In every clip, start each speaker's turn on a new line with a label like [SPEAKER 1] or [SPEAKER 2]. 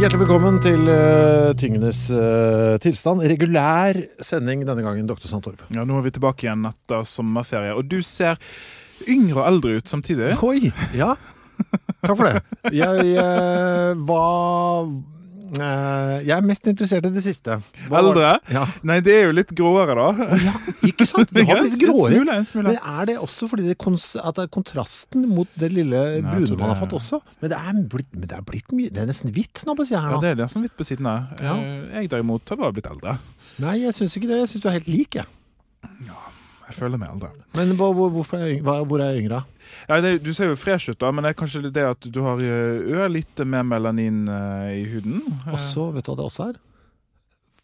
[SPEAKER 1] Hjertelig velkommen til eh, Tingenes eh, tilstand. Regulær sending denne gangen, Dr. Santorv.
[SPEAKER 2] Ja, Nå er vi tilbake igjen etter sommerferie, og du ser yngre og eldre ut samtidig.
[SPEAKER 1] Oi! Ja, takk for det. Jeg eh, var eh, Jeg er mest interessert i det siste. Hva var
[SPEAKER 2] Eldre?
[SPEAKER 1] det? Ja.
[SPEAKER 2] Nei, det er jo litt gråere, da.
[SPEAKER 1] ja, ikke sant? Det har
[SPEAKER 2] Ja,
[SPEAKER 1] blitt
[SPEAKER 2] en
[SPEAKER 1] gråere.
[SPEAKER 2] smule, en smule.
[SPEAKER 1] Men er det også fordi det kons- at det er kontrasten mot det lille
[SPEAKER 2] Nei, jeg
[SPEAKER 1] brune
[SPEAKER 2] tror
[SPEAKER 1] man har
[SPEAKER 2] det-
[SPEAKER 1] fått også? Men det er blitt, men det er blitt mye Det er nesten hvitt nå på sida her
[SPEAKER 2] Ja,
[SPEAKER 1] nå.
[SPEAKER 2] det er det som vidt på siden av.
[SPEAKER 1] Ja.
[SPEAKER 2] Eh, Jeg derimot har bare blitt eldre.
[SPEAKER 1] Nei, jeg syns ikke det. Jeg syns du er helt lik, jeg.
[SPEAKER 2] Jeg føler meg eldre.
[SPEAKER 1] Men hvor, hvor, hvorfor er jeg, yng- hva- hvor er jeg yngre?
[SPEAKER 2] Ja, det, du ser jo fresh ut, da, men det er kanskje det at du har eh, ørlite mer melanin eh, i huden. Eh,
[SPEAKER 1] Og så, vet du hva det også er?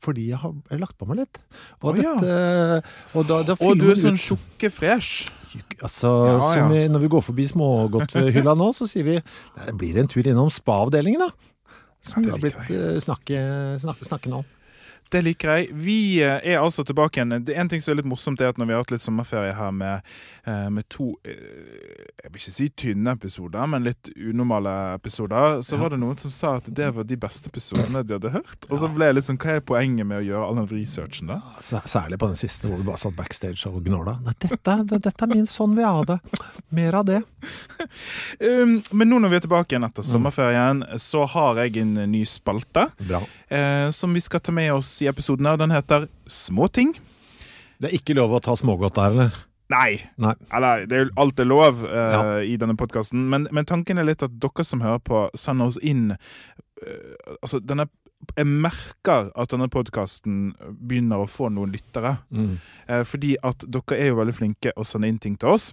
[SPEAKER 1] Fordi jeg har jeg har lagt på meg litt. Og,
[SPEAKER 2] Å, ja.
[SPEAKER 1] dette, og da, da
[SPEAKER 2] Og
[SPEAKER 1] fyller
[SPEAKER 2] du er
[SPEAKER 1] man
[SPEAKER 2] sånn
[SPEAKER 1] ut-
[SPEAKER 2] tjukke fresh.
[SPEAKER 1] altså,
[SPEAKER 2] Ja, ja.
[SPEAKER 1] som vi, Når vi går forbi smågodthylla nå, så sier vi det blir en tur innom spa-avdelingen, da. Som
[SPEAKER 2] Ja,
[SPEAKER 1] det har
[SPEAKER 2] det liker
[SPEAKER 1] blitt eh, snakke, snakke, snakke nå.
[SPEAKER 2] Det liker jeg. Vi eh, er altså tilbake igjen. Det En ting som er litt morsomt, er at når vi har hatt litt sommerferie her med, eh, med to eh, Jeg vil ikke si tynne episoder, men litt unormale episoder, så var det noen som sa at det var de beste episodene de hadde hørt. Og så ble jeg litt sånn Hva er poenget med å gjøre all den researchen, da?
[SPEAKER 1] S- Altså, Særlig på den siste, hvor vi bare satt backstage og gnåla. Nei, dette, det, dette er min sånn vil jeg ha det. Mer av det.
[SPEAKER 2] Um, men nå når vi er tilbake igjen etter sommerferien, så har jeg en eh, ny spalte
[SPEAKER 1] Bra.
[SPEAKER 2] eh, som vi skal ta med oss i episoden her. Den heter Småting.
[SPEAKER 1] Det er ikke lov å ta smågodt der, eller?
[SPEAKER 2] Nei,
[SPEAKER 1] Nei.
[SPEAKER 2] Eller det er jo alt er lov eh,
[SPEAKER 1] Ja.
[SPEAKER 2] i denne podkasten, men, men tanken er litt at dere som hører på, sender oss inn eh, Altså, denne Jeg merker at denne podkasten begynner å få noen lyttere.
[SPEAKER 1] Mm.
[SPEAKER 2] Eh, fordi at dere er jo veldig flinke å sende inn ting til oss.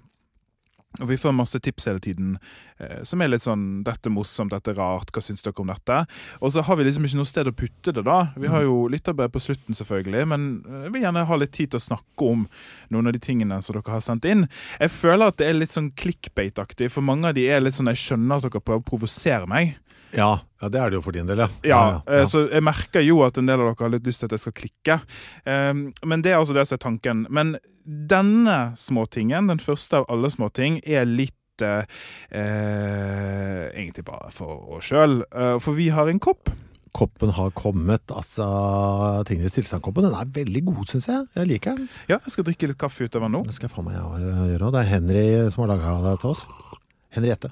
[SPEAKER 2] Og vi får masse tips hele tiden eh, som er litt sånn 'Dette er morsomt, dette er rart, hva syns dere om dette?' Og så har vi liksom ikke noe sted å putte det, da. Vi har jo lytterbrev på slutten, selvfølgelig, men eh, jeg vil gjerne ha litt tid til å snakke om noen av de tingene som dere har sendt inn. Jeg føler at det er litt sånn clickbait-aktig, for mange av de er litt sånn 'Jeg skjønner at dere prøver å provosere meg'.
[SPEAKER 1] Ja, ja, det er det jo for din del, ja.
[SPEAKER 2] Ja, eh, så jeg merker jo at en del av dere har litt lyst til at jeg skal klikke. Um, Men det er altså det som er tanken. Men denne småtingen, den første av alle småting, er litt eh, eh, egentlig bare for oss sjøl. for vi har en kopp.
[SPEAKER 1] koppen har kommet. Altså, tingenes tilstandkoppen. Den er veldig god, syns jeg. Jeg liker den.
[SPEAKER 2] Ja, jeg skal drikke litt kaffe utover nå.
[SPEAKER 1] Det skal faen meg jeg gjøre òg. Det er Henry som har laga det til oss. Henriette.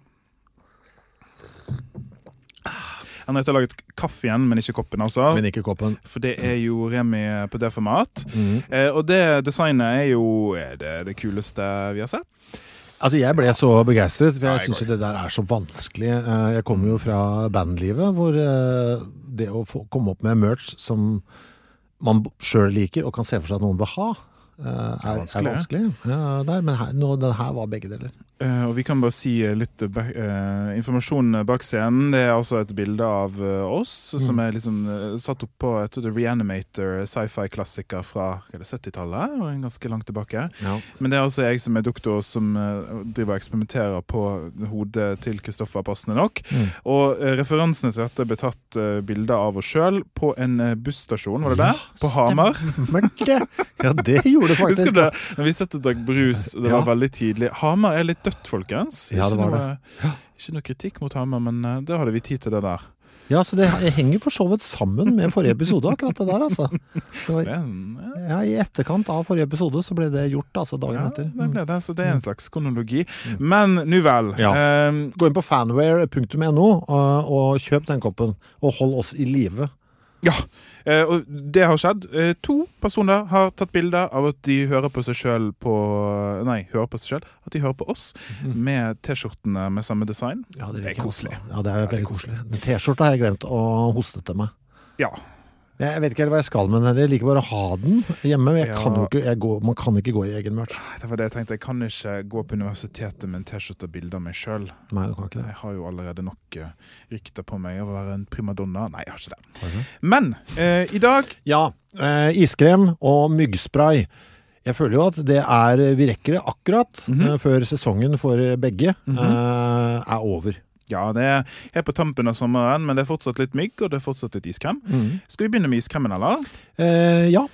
[SPEAKER 2] Henriette har laget kaffe igjen, men ikke koppen, altså.
[SPEAKER 1] Men ikke koppen.
[SPEAKER 2] For det er jo Remi på det format.
[SPEAKER 1] Mhm.
[SPEAKER 2] Eh, og det designet er jo er det, det kuleste vi har sett.
[SPEAKER 1] Altså, jeg ble så begeistret, for
[SPEAKER 2] Ja,
[SPEAKER 1] jeg
[SPEAKER 2] jeg
[SPEAKER 1] syns
[SPEAKER 2] går.
[SPEAKER 1] jo det der er så vanskelig. Eh, Jeg kommer jo fra bandlivet, hvor eh, det å få komme opp med merch som man sjøl liker og kan se for seg at noen vil ha, eh, er, er
[SPEAKER 2] vanskelig,
[SPEAKER 1] vanskelig. Ja, der, men her, nå, den her var begge deler.
[SPEAKER 2] Eh, og vi kan bare si eh, litt eh, bak- eh, informasjon bak scenen. Det er altså et bilde av eh, oss som er liksom eh, satt opp på et reanimator eh, sci-fi-klassiker fra er det 70-tallet, og ganske langt tilbake.
[SPEAKER 1] Ja.
[SPEAKER 2] Men det er altså jeg som er doktor som eh, driver og eksperimenterer på hodet til Kristoffer, passende nok. Og eh, referansene til dette ble tatt eh, bilder av oss sjøl på en eh, busstasjon, var det der? På Hamar.
[SPEAKER 1] Men det, ja, det gjorde det faktisk.
[SPEAKER 2] Husker du det? Når vi satt og drakk brus, det var
[SPEAKER 1] Ja.
[SPEAKER 2] veldig tidlig. Hamar er litt dødt, folkens.
[SPEAKER 1] Ja, det var
[SPEAKER 2] noe, ikke noe kritikk mot Hamar, men eh, da hadde vi tid til det der.
[SPEAKER 1] Ja, så det henger for så vidt sammen med forrige episode, akkurat det der, altså. Det var,
[SPEAKER 2] Men, eh,
[SPEAKER 1] ja, I etterkant av forrige episode så ble det gjort, altså, dagen
[SPEAKER 2] Ja,
[SPEAKER 1] etter.
[SPEAKER 2] det ble det, så det er en slags kronologi. Men nu vel.
[SPEAKER 1] Ja.
[SPEAKER 2] Eh,
[SPEAKER 1] Gå inn på fanware.no og, eh, og kjøp den koppen, og hold oss i live.
[SPEAKER 2] Ja, eh, og det har skjedd. Eh, to personer har tatt bilder av at de hører på seg sjøl på Nei, hører på seg selv, at de hører på oss med T-skjortene med samme design. det er koselig.
[SPEAKER 1] Mm. Ja, det er veldig koselig. Men T-skjorta har jeg glemt å hoste til meg.
[SPEAKER 2] Ja.
[SPEAKER 1] Jeg vet ikke helt hva jeg skal med den. her. Jeg liker bare å ha den hjemme. men Jeg
[SPEAKER 2] Ja.
[SPEAKER 1] kan jo ikke, jeg går, man kan ikke gå i egen merch.
[SPEAKER 2] Det var det jeg tenkte. Jeg kan ikke gå på universitetet med en T-skjorte og bilder av meg sjøl.
[SPEAKER 1] Nei, du kan ikke det.
[SPEAKER 2] Jeg har jo allerede nok eh, rykter på meg av å være en primadonna. Nei, jeg har ikke det. Men eh, i dag
[SPEAKER 1] Ja, eh, iskrem og myggspray. Jeg føler jo at det er, eh, vi rekker det akkurat eh, før sesongen for begge eh, er over.
[SPEAKER 2] Ja, det er helt på tampen av sommeren, men det er fortsatt litt mygg, og det er fortsatt litt iskrem. Skal vi begynne med iskremen, eller?
[SPEAKER 1] Eh, ja.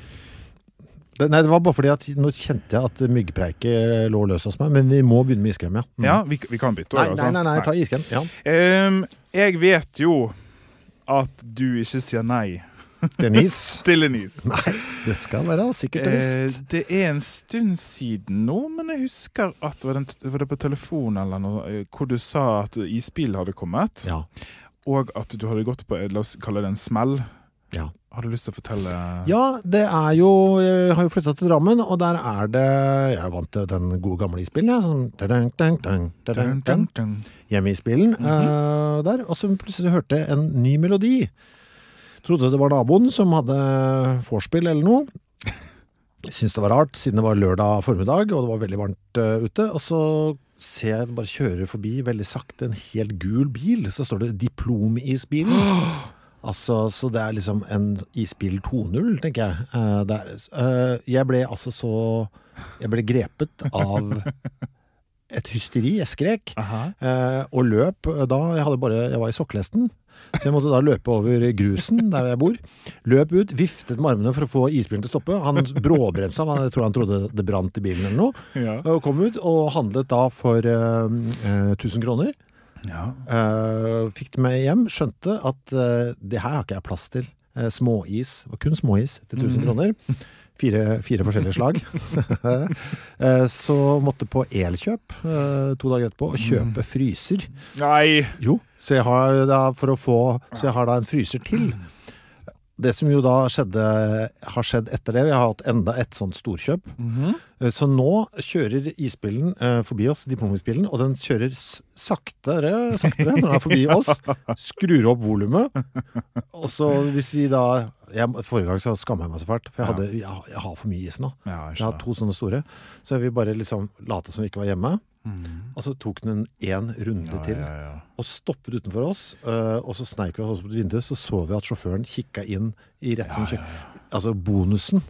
[SPEAKER 1] Det, nei, det var bare fordi at nå kjente jeg at myggpreiket eh, lå løs hos meg, men vi må begynne med iskrem, ja. Mm.
[SPEAKER 2] Ja, vi, vi kan bytte.
[SPEAKER 1] Nei,
[SPEAKER 2] over, altså.
[SPEAKER 1] nei, nei, nei, ta iskrem. Ja,
[SPEAKER 2] Ehm, jeg vet jo at du ikke sier nei
[SPEAKER 1] det er en is.
[SPEAKER 2] til en is.
[SPEAKER 1] Nei, det skal være sikkert og
[SPEAKER 2] Eh,
[SPEAKER 1] visst.
[SPEAKER 2] det er en stund siden nå, men jeg husker at var det, var det på telefon eller noe, eh, hvor du sa at isbil hadde kommet,
[SPEAKER 1] Ja,
[SPEAKER 2] og at du hadde gått på eh, la oss kalle det en smell.
[SPEAKER 1] ja.
[SPEAKER 2] Har du lyst til å fortelle?
[SPEAKER 1] Ja, det er jo Jeg har jo flytta til Drammen, og der er det Jeg er vant til den gode gamle isbilen, jeg. Sånn tadang, tadang, tadang, tadang,
[SPEAKER 2] Dun,
[SPEAKER 1] tadang.
[SPEAKER 2] dun, dun.
[SPEAKER 1] hjemme i spillen eh, der, og så plutselig hørte jeg en ny melodi. Trodde det var naboen som hadde vorspiel eller noe. Jeg Syntes det var rart, siden det var lørdag formiddag, og det var veldig varmt eh, ute. Og så ser jeg den bare kjøre forbi veldig sakte en helt gul bil, så står det Diplomisbilen. Altså, så det er liksom en isbil 2.0, tenker jeg. Eh, det er, eh, jeg ble altså så Jeg ble grepet av et hysteri. Jeg skrek.
[SPEAKER 2] Aha.
[SPEAKER 1] Eh, og løp eh, da Jeg, hadde bare, jeg var i sokkelesten, så jeg måtte da løpe over grusen der jeg bor. Løp ut, viftet med armene for å få isbilen til å stoppe. Han bråbremsa, men jeg tror han trodde det brant i bilen eller noe.
[SPEAKER 2] Ja.
[SPEAKER 1] Eh, Og kom ut og handlet da for eh, eh, 1000 kroner.
[SPEAKER 2] Ja.
[SPEAKER 1] Eh, fikk det med hjem, skjønte at eh, det her har ikke jeg plass til. Eh, småis, det var kun småis til
[SPEAKER 2] Mhm.
[SPEAKER 1] 1000 kroner. Fire, fire forskjellige slag. eh, så måtte på elkjøp eh, to dager etterpå og
[SPEAKER 2] Mhm.
[SPEAKER 1] kjøpe fryser.
[SPEAKER 2] Nei!
[SPEAKER 1] Jo, så jeg har da, for å få, så jeg har da en fryser til. Det som jo da skjedde, har skjedd etter det, vi har hatt enda et sånt storkjøp. Eh, Så nå kjører isbilen eh, forbi oss, diplomisbilen, og den kjører s- saktere, saktere når den er forbi oss, skrur opp volumet, og så hvis vi da, jeg, forrige gang så skammer jeg meg så fælt, for jeg, hadde, jeg, jeg har for mye is nå.
[SPEAKER 2] Ja, jeg
[SPEAKER 1] Jeg har
[SPEAKER 2] skjønner.
[SPEAKER 1] to sånne store, så vi bare liksom late som vi ikke var hjemme, og så tok den en runde til
[SPEAKER 2] Mm. Ja, ja, ja.
[SPEAKER 1] og stoppet utenfor oss, øh, og så sneik vi oss på et vindu, så så vi at sjåføren kikka inn i retning Altså, bonusen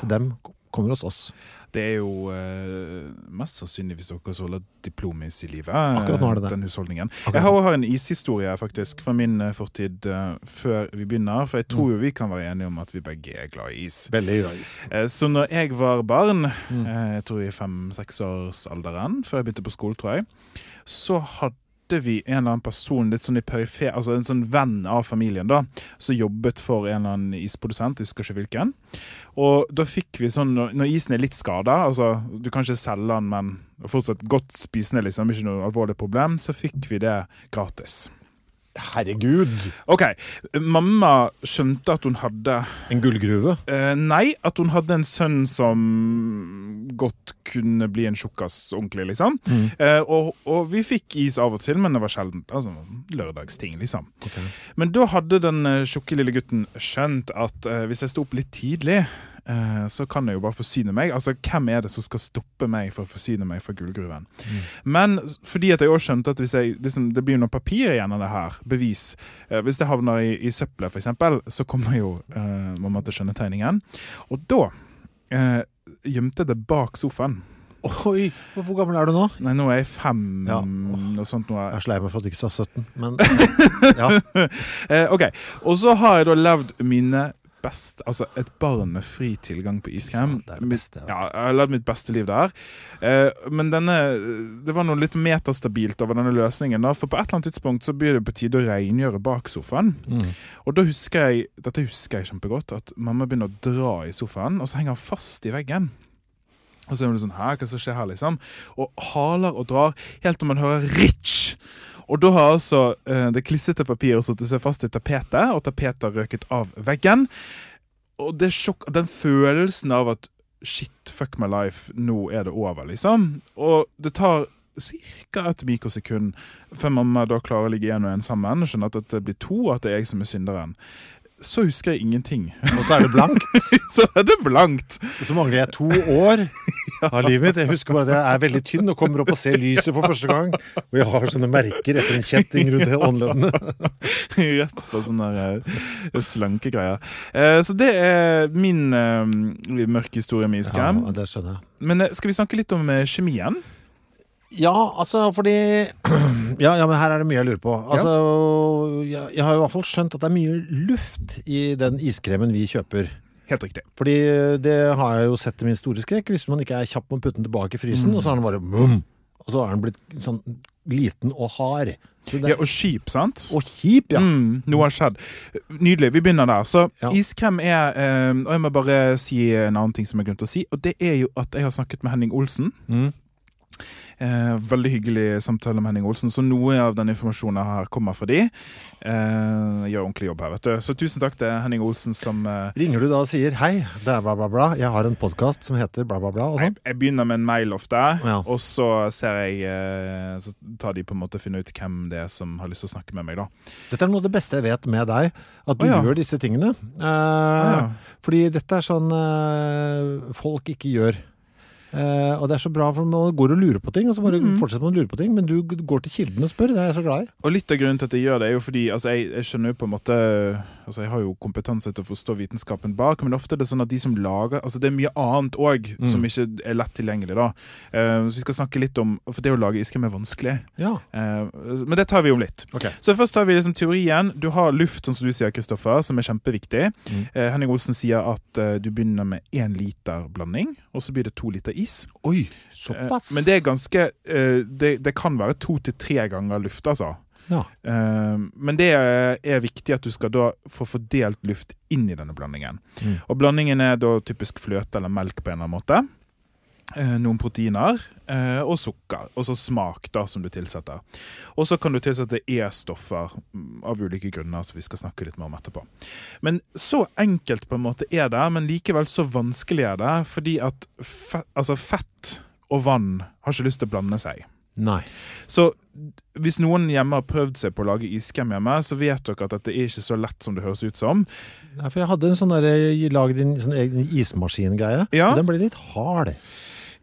[SPEAKER 1] til dem k- kommer hos oss.
[SPEAKER 2] Det er jo eh, mest sannsynlig hvis dere holder diplomis i livet.
[SPEAKER 1] Akkurat nå er det det.
[SPEAKER 2] Den husholdningen. Jeg har også en ishistorie faktisk fra min eh, fortid eh, før vi begynner. For jeg tror jo vi kan være enige om at vi begge er glad i is.
[SPEAKER 1] Mm. Veldig uvis.
[SPEAKER 2] Eh, Så når jeg var barn, eh, jeg tror i fem-seksårsalderen, før jeg begynte på skolen, tror jeg, så hadde vi en eller annen person, litt sånn i perifer, altså en sånn venn av familien, da, som jobbet for en eller annen isprodusent, jeg husker ikke hvilken. Og da fikk vi sånn, når- når isen er litt skada, altså du kan ikke selge den, men fortsatt godt spisende, liksom, ikke noe alvorlig problem, så fikk vi det gratis.
[SPEAKER 1] Herregud!
[SPEAKER 2] OK. Mamma skjønte at hun hadde
[SPEAKER 1] En gullgruve.
[SPEAKER 2] Eh, nei, at hun hadde en sønn som godt kunne bli en tjukkas ordentlig, liksom. Eh, og, og vi fikk is av og til, men det var sjeldent. Altså, lørdagsting, liksom. Men da hadde den eh, tjukke lille gutten skjønt at eh, hvis jeg sto opp litt tidlig eh, så kan jeg jo bare forsyne meg. Altså, Hvem er det som skal stoppe meg for å forsyne meg fra gullgruven? Men fordi at jeg også skjønte at hvis jeg, liksom, det blir jo noe papir igjen av det her, bevis eh, Hvis det havner i, i søppelet, f.eks., så kommer jo eh, mamma til å skjønne tegningen. Og da eh, gjemte jeg det bak sofaen.
[SPEAKER 1] Oi, hvor, hvor gammel er du nå?
[SPEAKER 2] Nei, nå er jeg fem
[SPEAKER 1] Ja.
[SPEAKER 2] og sånt. Nå
[SPEAKER 1] Jeg
[SPEAKER 2] er.
[SPEAKER 1] er så lei meg for at du ikke sa 17, men ja.
[SPEAKER 2] Eh, ok, Og så har jeg da levd mine best, altså et barn med fri tilgang på
[SPEAKER 1] Fy
[SPEAKER 2] iskrem.
[SPEAKER 1] faen, det er det
[SPEAKER 2] Mitt-
[SPEAKER 1] beste, ja.
[SPEAKER 2] ja, jeg har levd mitt beste liv der. Eh, men denne, det var noe litt metastabilt over denne løsningen. da, For på et eller annet tidspunkt så blir det på tide å rengjøre bak sofaen.
[SPEAKER 1] Mm.
[SPEAKER 2] Og da husker jeg dette husker jeg kjempegodt, at mamma begynner å dra i sofaen, og så henger han fast i veggen. Og så er hun sånn Hæ, hva som skjer her, liksom? Og haler og drar, helt til man hører Ritch! Og da har altså eh, det klissete papiret satt seg fast i tapetet, og tapetet har røket av veggen. Og det sjokk, den følelsen av at shit, fuck my life, nå er det over, liksom. Og det tar ca. et mikrosekund før mamma da klarer å ligge én og én sammen og skjønner at det blir to, og at det er jeg som er synderen. Så husker jeg ingenting.
[SPEAKER 1] Og så er det blankt.
[SPEAKER 2] Så er det blankt!
[SPEAKER 1] Og så mangler jeg to år av livet mitt. Jeg husker bare at jeg er veldig tynn og kommer opp og ser lyset for første gang. Og jeg har sånne merker etter en kjetting rundt håndleddene.
[SPEAKER 2] Rett på sånne der, eh, slanke greier. Eh, så det er min eh, mørke historie med
[SPEAKER 1] Ja,
[SPEAKER 2] iskrem.
[SPEAKER 1] det skjønner jeg.
[SPEAKER 2] Men eh, skal vi snakke litt om eh, kjemien?
[SPEAKER 1] Ja, altså fordi ja, ja, men her er det mye jeg lurer på. Altså, jeg, jeg har i hvert fall skjønt at det er mye luft i den iskremen vi kjøper.
[SPEAKER 2] Helt riktig.
[SPEAKER 1] Fordi eh, det har jeg jo sett til min store skrekk. Hvis man ikke er kjapp med å putte den tilbake i frysen,
[SPEAKER 2] Mm.
[SPEAKER 1] og så har den bare mum, og så er den blitt sånn liten og hard. Så det,
[SPEAKER 2] Ja, og skip, sant?
[SPEAKER 1] og kjip, ja.
[SPEAKER 2] Mm, noe har skjedd. Nydelig. Vi begynner der. Så
[SPEAKER 1] Ja.
[SPEAKER 2] iskrem er eh, Og jeg må bare si en annen ting som jeg glemte å si. Og det er jo at jeg har snakket med Henning Olsen.
[SPEAKER 1] Mm.
[SPEAKER 2] Eh, veldig hyggelig samtale med Henning Olsen, så noe av den informasjonen her kommer fra de. Eh, jeg gjør ordentlig jobb her, vet du. Så tusen takk til Henning Olsen som eh,
[SPEAKER 1] Ringer du da og sier 'hei, det er bla, bla, bla, jeg har en podkast som heter bla, bla, bla', og sånn?
[SPEAKER 2] Jeg, jeg begynner med en mail ofte,
[SPEAKER 1] Ja.
[SPEAKER 2] og så ser jeg eh, Så tar de på en måte finne ut hvem det er som har lyst til å snakke med meg, da.
[SPEAKER 1] Dette er noe av det beste jeg vet med deg, at du
[SPEAKER 2] Å, ja.
[SPEAKER 1] gjør disse tingene. Eh,
[SPEAKER 2] ja.
[SPEAKER 1] Fordi dette er sånn eh, folk ikke gjør. Eh, og det er så bra, for man går og lurer på ting, og så bare
[SPEAKER 2] Mm.
[SPEAKER 1] fortsetter man å lure på ting, men du g- går til kilden og spør. Det er jeg så glad i.
[SPEAKER 2] Og litt av grunnen til at jeg gjør det, er jo fordi altså, jeg, jeg skjønner jo på en måte Altså, jeg har jo kompetanse til å forstå vitenskapen bak, men ofte er det sånn at de som lager Altså, det er mye annet òg som ikke er lett tilgjengelig, da. Eh, så vi skal snakke litt om For det å lage iskrem er vanskelig.
[SPEAKER 1] Ja.
[SPEAKER 2] Eh, Men det tar vi om litt.
[SPEAKER 1] Ok.
[SPEAKER 2] Så først tar vi liksom teorien. Du har luft, sånn som du sier, Kristoffer, som er kjempeviktig.
[SPEAKER 1] Mm.
[SPEAKER 2] Eh, Henning Olsen sier at eh, du begynner med én liter blanding, og så blir det to liter is.
[SPEAKER 1] Oi,
[SPEAKER 2] Eh,
[SPEAKER 1] såpass.
[SPEAKER 2] Men det er ganske eh, det, det kan være to til tre ganger luft, altså.
[SPEAKER 1] ja.
[SPEAKER 2] Eh, Men det er er viktig at du skal da få fordelt luft inn i denne blandingen. Og blandingen er da typisk fløte eller melk på en eller annen måte. Eh, Noen proteiner eh, og sukker. Og så smak da som du tilsetter. Og så kan du tilsette E-stoffer mm, av ulike grunner, som vi skal snakke litt mer om etterpå. Men så enkelt på en måte er det, men likevel så vanskelig er det, fordi at fett, altså fett og vann har ikke lyst til å blande seg.
[SPEAKER 1] Nei.
[SPEAKER 2] Så hvis noen hjemme har prøvd seg på å lage iskrem hjemme, så vet dere at dette er ikke så lett som det høres ut som.
[SPEAKER 1] Nei, for jeg hadde en sånn der, eh, lag din sånn egen ismaskingreie.
[SPEAKER 2] Ja.
[SPEAKER 1] og Den ble litt hard.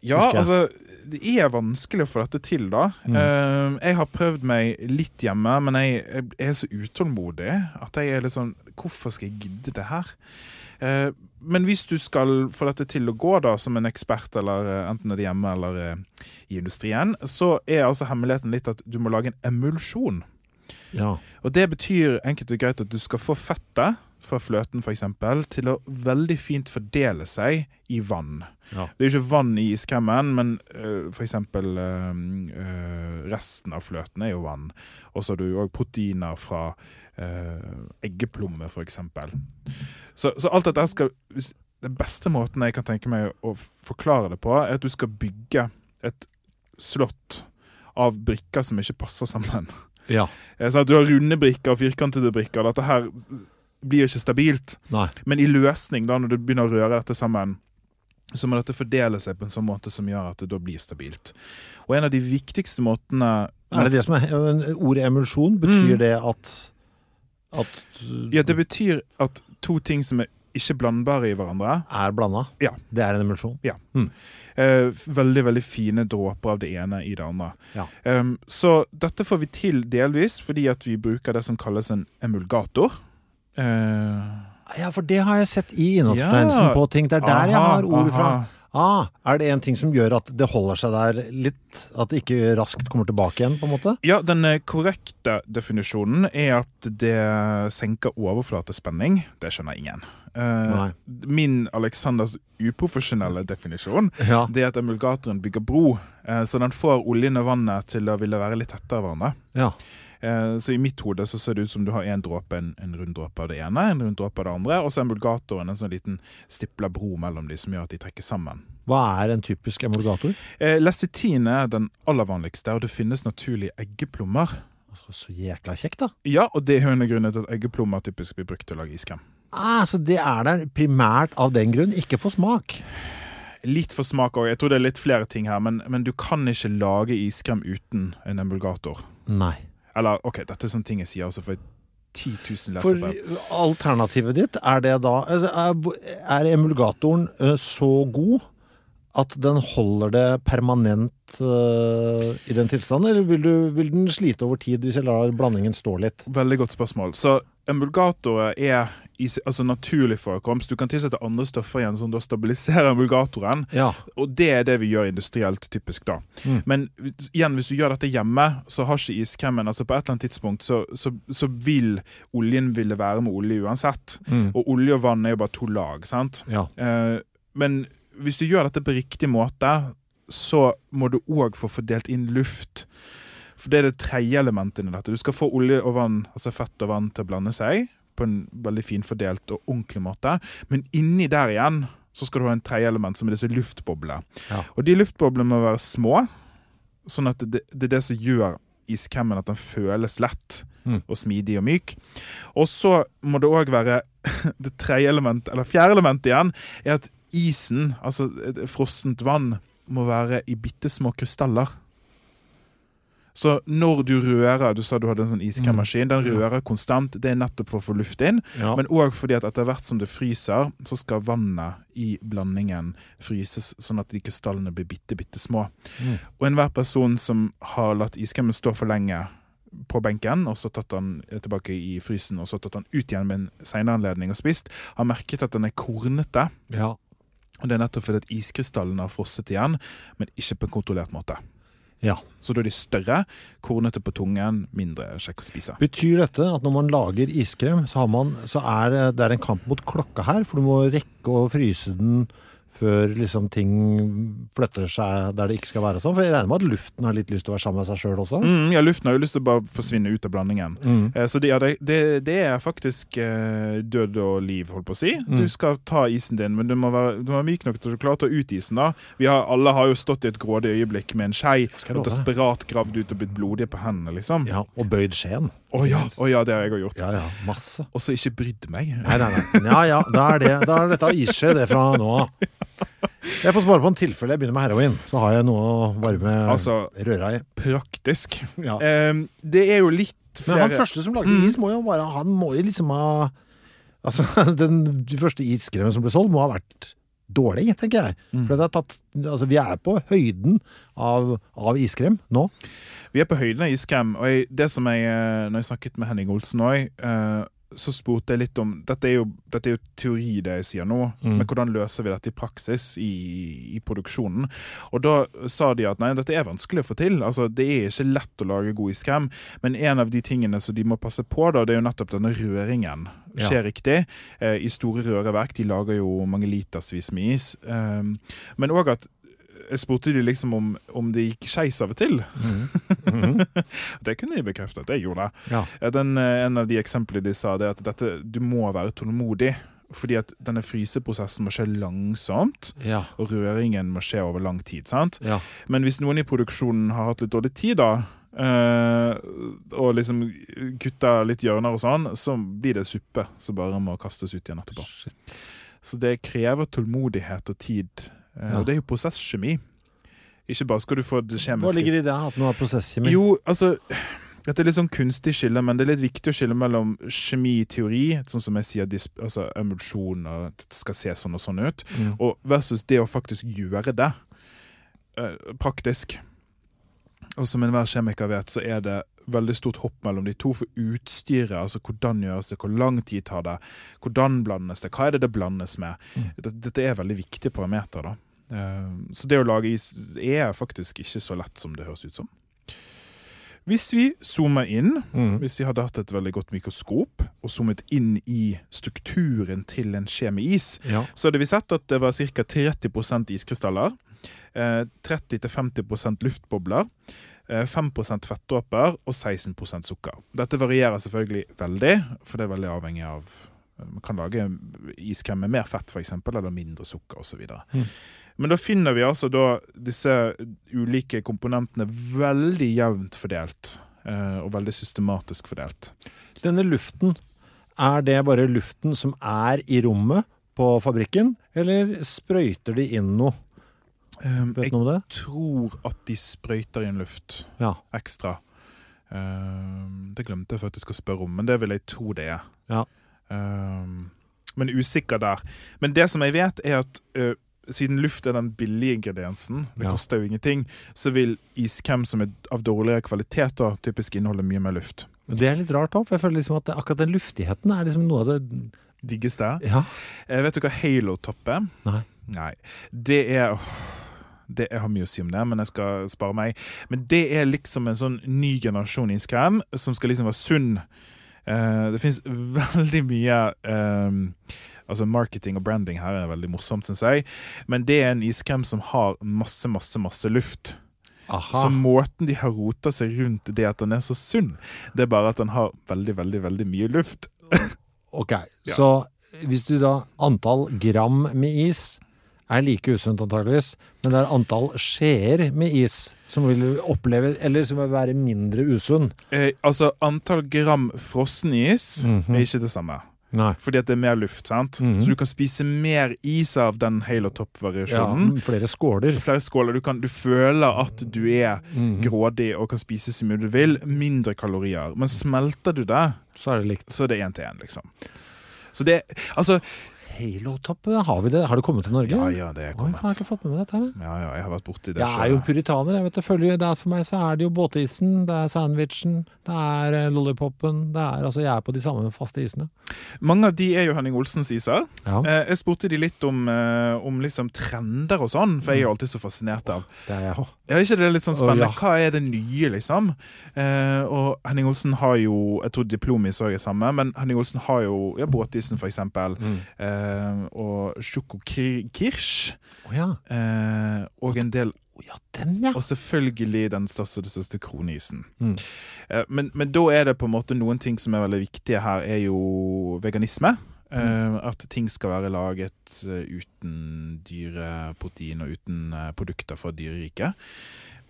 [SPEAKER 2] Ja,
[SPEAKER 1] Husker jeg. Mm.
[SPEAKER 2] altså det er vanskelig å få dette til, da. Eh, jeg har prøvd meg litt hjemme, men jeg, jeg er så utålmodig at jeg er litt sånn Hvorfor skal jeg gidde det her? Eh, men hvis du skal få dette til å gå, da, som en ekspert, eller eh, enten er det hjemme eller eh, i industrien, så er altså hemmeligheten litt at du må lage en emulsjon.
[SPEAKER 1] Ja.
[SPEAKER 2] Og det betyr enkelt og greit at du skal få fettet fra fløten for eksempel, til å veldig fint fordele seg i vann.
[SPEAKER 1] Ja.
[SPEAKER 2] Det er jo ikke vann i iskremen, men øh, for eksempel øh, øh, resten av fløten er jo vann. Og så har du jo også proteiner fra øh, eggeplomme for eksempel. Så, så alt dette skal Den beste måten jeg kan tenke meg å f- forklare det på, er at du skal bygge et slott av brikker som ikke passer sammen.
[SPEAKER 1] ja.
[SPEAKER 2] Eh, Sånn at du har runde brikker og firkantede brikker. Dette her blir ikke stabilt.
[SPEAKER 1] Nei.
[SPEAKER 2] Men i løsning, da, når du begynner å røre dette sammen, så må dette fordele seg på en sånn måte som gjør at det da blir stabilt. Og en av de viktigste måtene
[SPEAKER 1] Er det det som er eh, Ordet Mm. emulsjon, betyr det at at
[SPEAKER 2] Ja, det betyr at to ting som er ikke blandbare i hverandre.
[SPEAKER 1] Er blanda.
[SPEAKER 2] Ja.
[SPEAKER 1] Det er en emulsjon.
[SPEAKER 2] Ja.
[SPEAKER 1] Hmm.
[SPEAKER 2] Eh, veldig, veldig fine dråper av det ene i det andre.
[SPEAKER 1] Ja.
[SPEAKER 2] Ehm, så dette får vi til delvis fordi at vi bruker det som kalles en emulgator. Eh,
[SPEAKER 1] Ah, Ja, for det har jeg sett i innholdsfortegnelsen
[SPEAKER 2] Ja.
[SPEAKER 1] på ting. Det er der jeg
[SPEAKER 2] Aha,
[SPEAKER 1] har ordet fra.
[SPEAKER 2] aha.
[SPEAKER 1] Ah, er det en ting som gjør at det holder seg der litt? At det ikke raskt kommer tilbake igjen, på en måte?
[SPEAKER 2] ja, den eh, korrekte definisjonen er at det senker overflatespenning. Det skjønner ingen. Eh,
[SPEAKER 1] Nei.
[SPEAKER 2] min Aleksanders uprofesjonelle definisjon
[SPEAKER 1] Ja.
[SPEAKER 2] det er at emulgatoren bygger bro, eh, så den får oljen og vannet til å ville være litt tettere hverandre.
[SPEAKER 1] Ja.
[SPEAKER 2] Eh, Så i mitt hode så ser det ut som du har en dråpe, en, en rund dråpe av det ene, en rund dråpe av det andre, og så er emulgatoren en sånn liten stipla bro mellom de som gjør at de trekker sammen.
[SPEAKER 1] Hva er en typisk emulgator?
[SPEAKER 2] Eh, Lecithin er den aller vanligste, og det finnes naturlig i eggeplommer.
[SPEAKER 1] Altså, så jækla kjekt, da.
[SPEAKER 2] Ja, og det er jo en av grunnene til at eggeplommer typisk blir brukt til å lage iskrem.
[SPEAKER 1] Ah, så det er der primært av den grunn, ikke for smak.
[SPEAKER 2] Litt for smak òg. Jeg tror det er litt flere ting her, men, men du kan ikke lage iskrem uten en emulgator.
[SPEAKER 1] Nei.
[SPEAKER 2] Eller OK, dette er sånne ting jeg sier også for 10 000
[SPEAKER 1] For
[SPEAKER 2] leserbrev.
[SPEAKER 1] alternativet ditt, er det da altså, er- Er emulgatoren eh, så god at den holder det permanent eh, i den tilstanden, eller vil, du, vil den slite over tid hvis jeg lar blandingen stå litt?
[SPEAKER 2] Veldig godt spørsmål. Så emulgatorer er i, s- altså naturlig forekomst. Du kan tilsette andre stoffer igjen som da stabiliserer emulgatoren.
[SPEAKER 1] Ja. Mm.
[SPEAKER 2] Og det er det vi gjør industrielt, typisk da. Men hvis- igjen, hvis du gjør dette hjemme, så har ikke iskremen altså På et eller annet tidspunkt så, så, så vil oljen ville være med olje uansett. Og olje og vann er jo bare to lag, sant?
[SPEAKER 1] Mm. Ja.
[SPEAKER 2] Eh, men hvis du gjør dette på riktig måte, så må du òg få fordelt inn luft. For det er det tredje elementet i dette. Du skal få olje og vann, altså fett og vann, til å blande seg på en veldig fin fordelt og ordentlig måte. Men inni der igjen så skal du ha en tredje element, som er disse luftboblene.
[SPEAKER 1] Ja.
[SPEAKER 2] Og de luftboblene må være små, sånn at det, det er det som gjør iskremen at den føles lett og smidig og myk. Og så må det òg være det tredje element, eller fjerde element igjen, er at isen, altså et frossent vann, må være i bitte små krystaller. Så når du rører Du sa du hadde en sånn iskremmaskin. Den rører konstant. Det er nettopp for å få luft inn,
[SPEAKER 1] Ja.
[SPEAKER 2] men òg fordi at etter hvert som det fryser, så skal vannet i blandingen fryses, sånn at de krystallene blir bitte, bitte små. Og enhver person som har latt iskremen stå for lenge på benken, og så tatt den tilbake i frysen, og så tatt den ut igjen med en senere anledning og spist, har merket at den er kornete.
[SPEAKER 1] Ja.
[SPEAKER 2] Og det er nettopp fordi at iskrystallene har frosset igjen, men ikke på en kontrollert måte.
[SPEAKER 1] ja.
[SPEAKER 2] Så da er de større, kornete på tungen, mindre kjekk å spise.
[SPEAKER 1] Betyr dette at når man lager iskrem, så, har man, så er eh, det er en kamp mot klokka her? For du må rekke å fryse den før liksom ting flytter seg der det ikke skal være sånn? For jeg regner med at luften har litt lyst til å være sammen med seg sjøl også?
[SPEAKER 2] Mm, ja, luften har jo lyst til å bare forsvinne ut av blandingen.
[SPEAKER 1] Mm.
[SPEAKER 2] Eh, så det, ja, det, det, det er faktisk eh, død og liv, holdt på å si.
[SPEAKER 1] Mm.
[SPEAKER 2] Du skal ta isen din, men du må være, du må være myk nok til å klare å ta ut isen. da. Vi har, alle har jo stått i et grådig øyeblikk med en skei
[SPEAKER 1] jeg
[SPEAKER 2] og
[SPEAKER 1] love deg?
[SPEAKER 2] desperat gravd ut og blitt blodige på hendene, liksom. Å ja.
[SPEAKER 1] Ja, Og bøyd skjeen.
[SPEAKER 2] Å ja, det har jeg òg gjort.
[SPEAKER 1] Ja ja, masse.
[SPEAKER 2] Og så ikke brydd meg.
[SPEAKER 1] Nei, nei, nei. Ja ja, da er, det, da er dette isskje, det fra nå av. Jeg får spare på en tilfelle jeg begynner med heroin. Så har jeg noe å varme
[SPEAKER 2] Altså-
[SPEAKER 1] røra i.
[SPEAKER 2] Praktisk.
[SPEAKER 1] Ja.
[SPEAKER 2] Eh, det er Mm. jo litt
[SPEAKER 1] Men
[SPEAKER 2] flere
[SPEAKER 1] han første som lagde is må jo bare Han må jo liksom ha Altså, den de første iskremen som ble solgt, må ha vært dårlig, tenker jeg.
[SPEAKER 2] Mm.
[SPEAKER 1] For det har tatt Altså, vi er på høyden av, av iskrem nå.
[SPEAKER 2] Vi er på høyden av iskrem, og jeg, det som jeg, eh, når jeg snakket med Henning Olsen òg, så spurte jeg litt om Dette er jo, dette er jo teori, det jeg sier nå, men hvordan løser vi dette i praksis i, i produksjonen? Og da sa de at nei, dette er vanskelig å få til. Altså, det er ikke lett å lage god iskrem, men en av de tingene som de må passe på, da, det er jo nettopp denne røringen. Skjer riktig. Eh, I store røreverk. De lager jo mange litersvis med is. Eh, men òg at jeg spurte de liksom om, om det gikk skeis av og til. det kunne de bekrefte at jeg gjorde.
[SPEAKER 1] Mhm. Ja.
[SPEAKER 2] Den, eh, en av de eksemplene de sa, det er at dette, du må være tålmodig. Fordi at denne fryseprosessen må skje langsomt,
[SPEAKER 1] Ja.
[SPEAKER 2] og røringen må skje over lang tid. sant?
[SPEAKER 1] Ja.
[SPEAKER 2] Men hvis noen i produksjonen har hatt litt dårlig tid, da, eh, og liksom kutta litt hjørner og sånn, så blir det suppe som bare må kastes ut igjen etterpå. Så det krever tålmodighet og tid. Eh,
[SPEAKER 1] Ja.
[SPEAKER 2] Og det er jo prosesskjemi. Ikke bare skal du få det
[SPEAKER 1] Hva
[SPEAKER 2] kjemiske
[SPEAKER 1] ligger det i det at nå er prosesskjemi?
[SPEAKER 2] Jo, altså Dette er litt sånn kunstig skille, men det er litt viktig å skille mellom kjemiteori, sånn som jeg sier, dis- altså emulsjon og at det skal se sånn og sånn ut, og versus det å faktisk gjøre det eh, praktisk. Og som enhver kjemiker vet, så er det veldig stort hopp mellom de to for utstyret. Altså hvordan gjøres det, hvor lang tid tar det, hvordan blandes det, hva er det det blandes med. Dette- Dette er veldig viktige parametere, da. Eh, Så det å lage is er faktisk ikke så lett som det høres ut som. Hvis vi zoomer inn, hvis vi hadde hatt et veldig godt mikroskop og zoomet inn i strukturen til en skjemeis,
[SPEAKER 1] Ja.
[SPEAKER 2] så hadde vi sett at det var ca. 30 iskrystaller, eh, 30-50 luftbobler, eh, 5 fettdråper og 16 sukker. Dette varierer selvfølgelig veldig, for det er veldig avhengig av eh, man kan lage iskrem med mer fett, f.eks., eller mindre sukker osv. Men da finner vi altså da disse ulike komponentene veldig jevnt fordelt. eh, Og veldig systematisk fordelt.
[SPEAKER 1] Denne luften, er det bare luften som er i rommet på fabrikken, eller sprøyter de inn noe?
[SPEAKER 2] Um,
[SPEAKER 1] Vet
[SPEAKER 2] jeg
[SPEAKER 1] du noe om det?
[SPEAKER 2] tror at de sprøyter inn luft
[SPEAKER 1] Ja.
[SPEAKER 2] ekstra. Um, det glemte jeg faktisk å spørre om, men det vil jeg tro det er.
[SPEAKER 1] Ja.
[SPEAKER 2] Um, men usikker der. Men det som jeg vet, er at eh, siden luft er den billige ingrediensen, det
[SPEAKER 1] Ja.
[SPEAKER 2] koster jo ingenting, så vil iskrem som er av dårligere kvalitet, da, typisk inneholde mye mer luft.
[SPEAKER 1] Men det er litt rart òg, for jeg føler liksom at det- akkurat den luftigheten er liksom noe av det
[SPEAKER 2] Digges det?
[SPEAKER 1] Ja.
[SPEAKER 2] Eh, vet du hva Halo-topp er?
[SPEAKER 1] Nei.
[SPEAKER 2] Nei. Det er åh, det, Jeg har mye å si om det, men jeg skal spare meg. Men det er liksom en sånn ny generasjon iskrem som skal liksom være sunn. Eh, det fins veldig mye eh, Altså Marketing og branding her er veldig morsomt, syns jeg. Men det er en iskrem som har masse, masse, masse luft. Så måten de har rota seg rundt det at den er så sunn, det er bare at den har veldig, veldig, veldig mye luft.
[SPEAKER 1] Ok, så hvis du da Antall gram med is er like usunt antageligvis, men det er antall skjeer med is som vil oppleve, eller som vil være mindre usunn.
[SPEAKER 2] Eh, altså, antall gram frossen is
[SPEAKER 1] Mhm.
[SPEAKER 2] er ikke det samme.
[SPEAKER 1] Nei.
[SPEAKER 2] Fordi at det er mer luft, sant?
[SPEAKER 1] Mhm.
[SPEAKER 2] Så du kan spise mer is av den
[SPEAKER 1] Ja,
[SPEAKER 2] Halo Top-variasjonen.
[SPEAKER 1] flere skåler.
[SPEAKER 2] Flere skåler. Du, kan, du føler at du er
[SPEAKER 1] Mhm.
[SPEAKER 2] grådig og kan spise så mye du vil. Mindre kalorier. Men smelter du det,
[SPEAKER 1] Så er det likt.
[SPEAKER 2] så er det én til én, liksom. Så det Altså
[SPEAKER 1] Halotoppet, har vi det? Har det kommet til Norge?
[SPEAKER 2] Ja, ja, det er
[SPEAKER 1] Oi, jeg har
[SPEAKER 2] kommet.
[SPEAKER 1] ikke fått med meg dette her. jeg.
[SPEAKER 2] Ja, ja, jeg har vært borti det
[SPEAKER 1] Jeg er jo
[SPEAKER 2] selv.
[SPEAKER 1] puritaner. jeg vet det, følger, jo- det er, For meg så er det jo båtisen, det er sandwichen, det er eh, lollipopen det er, altså Jeg er på de samme faste isene.
[SPEAKER 2] Mange av de er jo Henning Olsens iser.
[SPEAKER 1] Ja.
[SPEAKER 2] Eh, Jeg spurte de litt om, eh, om liksom trender og sånn, for jeg er jo alltid så fascinert av
[SPEAKER 1] Mm. Det er jeg òg.
[SPEAKER 2] Ja, ikke det er litt
[SPEAKER 1] Å,
[SPEAKER 2] sånn spennende?
[SPEAKER 1] ja.
[SPEAKER 2] Hva er det nye, liksom? Eh, og Henning Olsen har jo Jeg tror Diplomis òg er samme, men Henning Olsen har jo ja, Båtisen, for eksempel.
[SPEAKER 1] Mm.
[SPEAKER 2] Eh, og Sjoko Kirsch.
[SPEAKER 1] Å ja.
[SPEAKER 2] Eh, og en del
[SPEAKER 1] Å ja, den, ja.
[SPEAKER 2] Og selvfølgelig den største og den største kronisen.
[SPEAKER 1] Mm.
[SPEAKER 2] Eh, men, men da er det på en måte noen ting som er veldig viktige her, er jo veganisme. Eh,
[SPEAKER 1] Mm.
[SPEAKER 2] At ting skal være laget eh, uten dyre protein og uten eh, produkter fra dyreriket.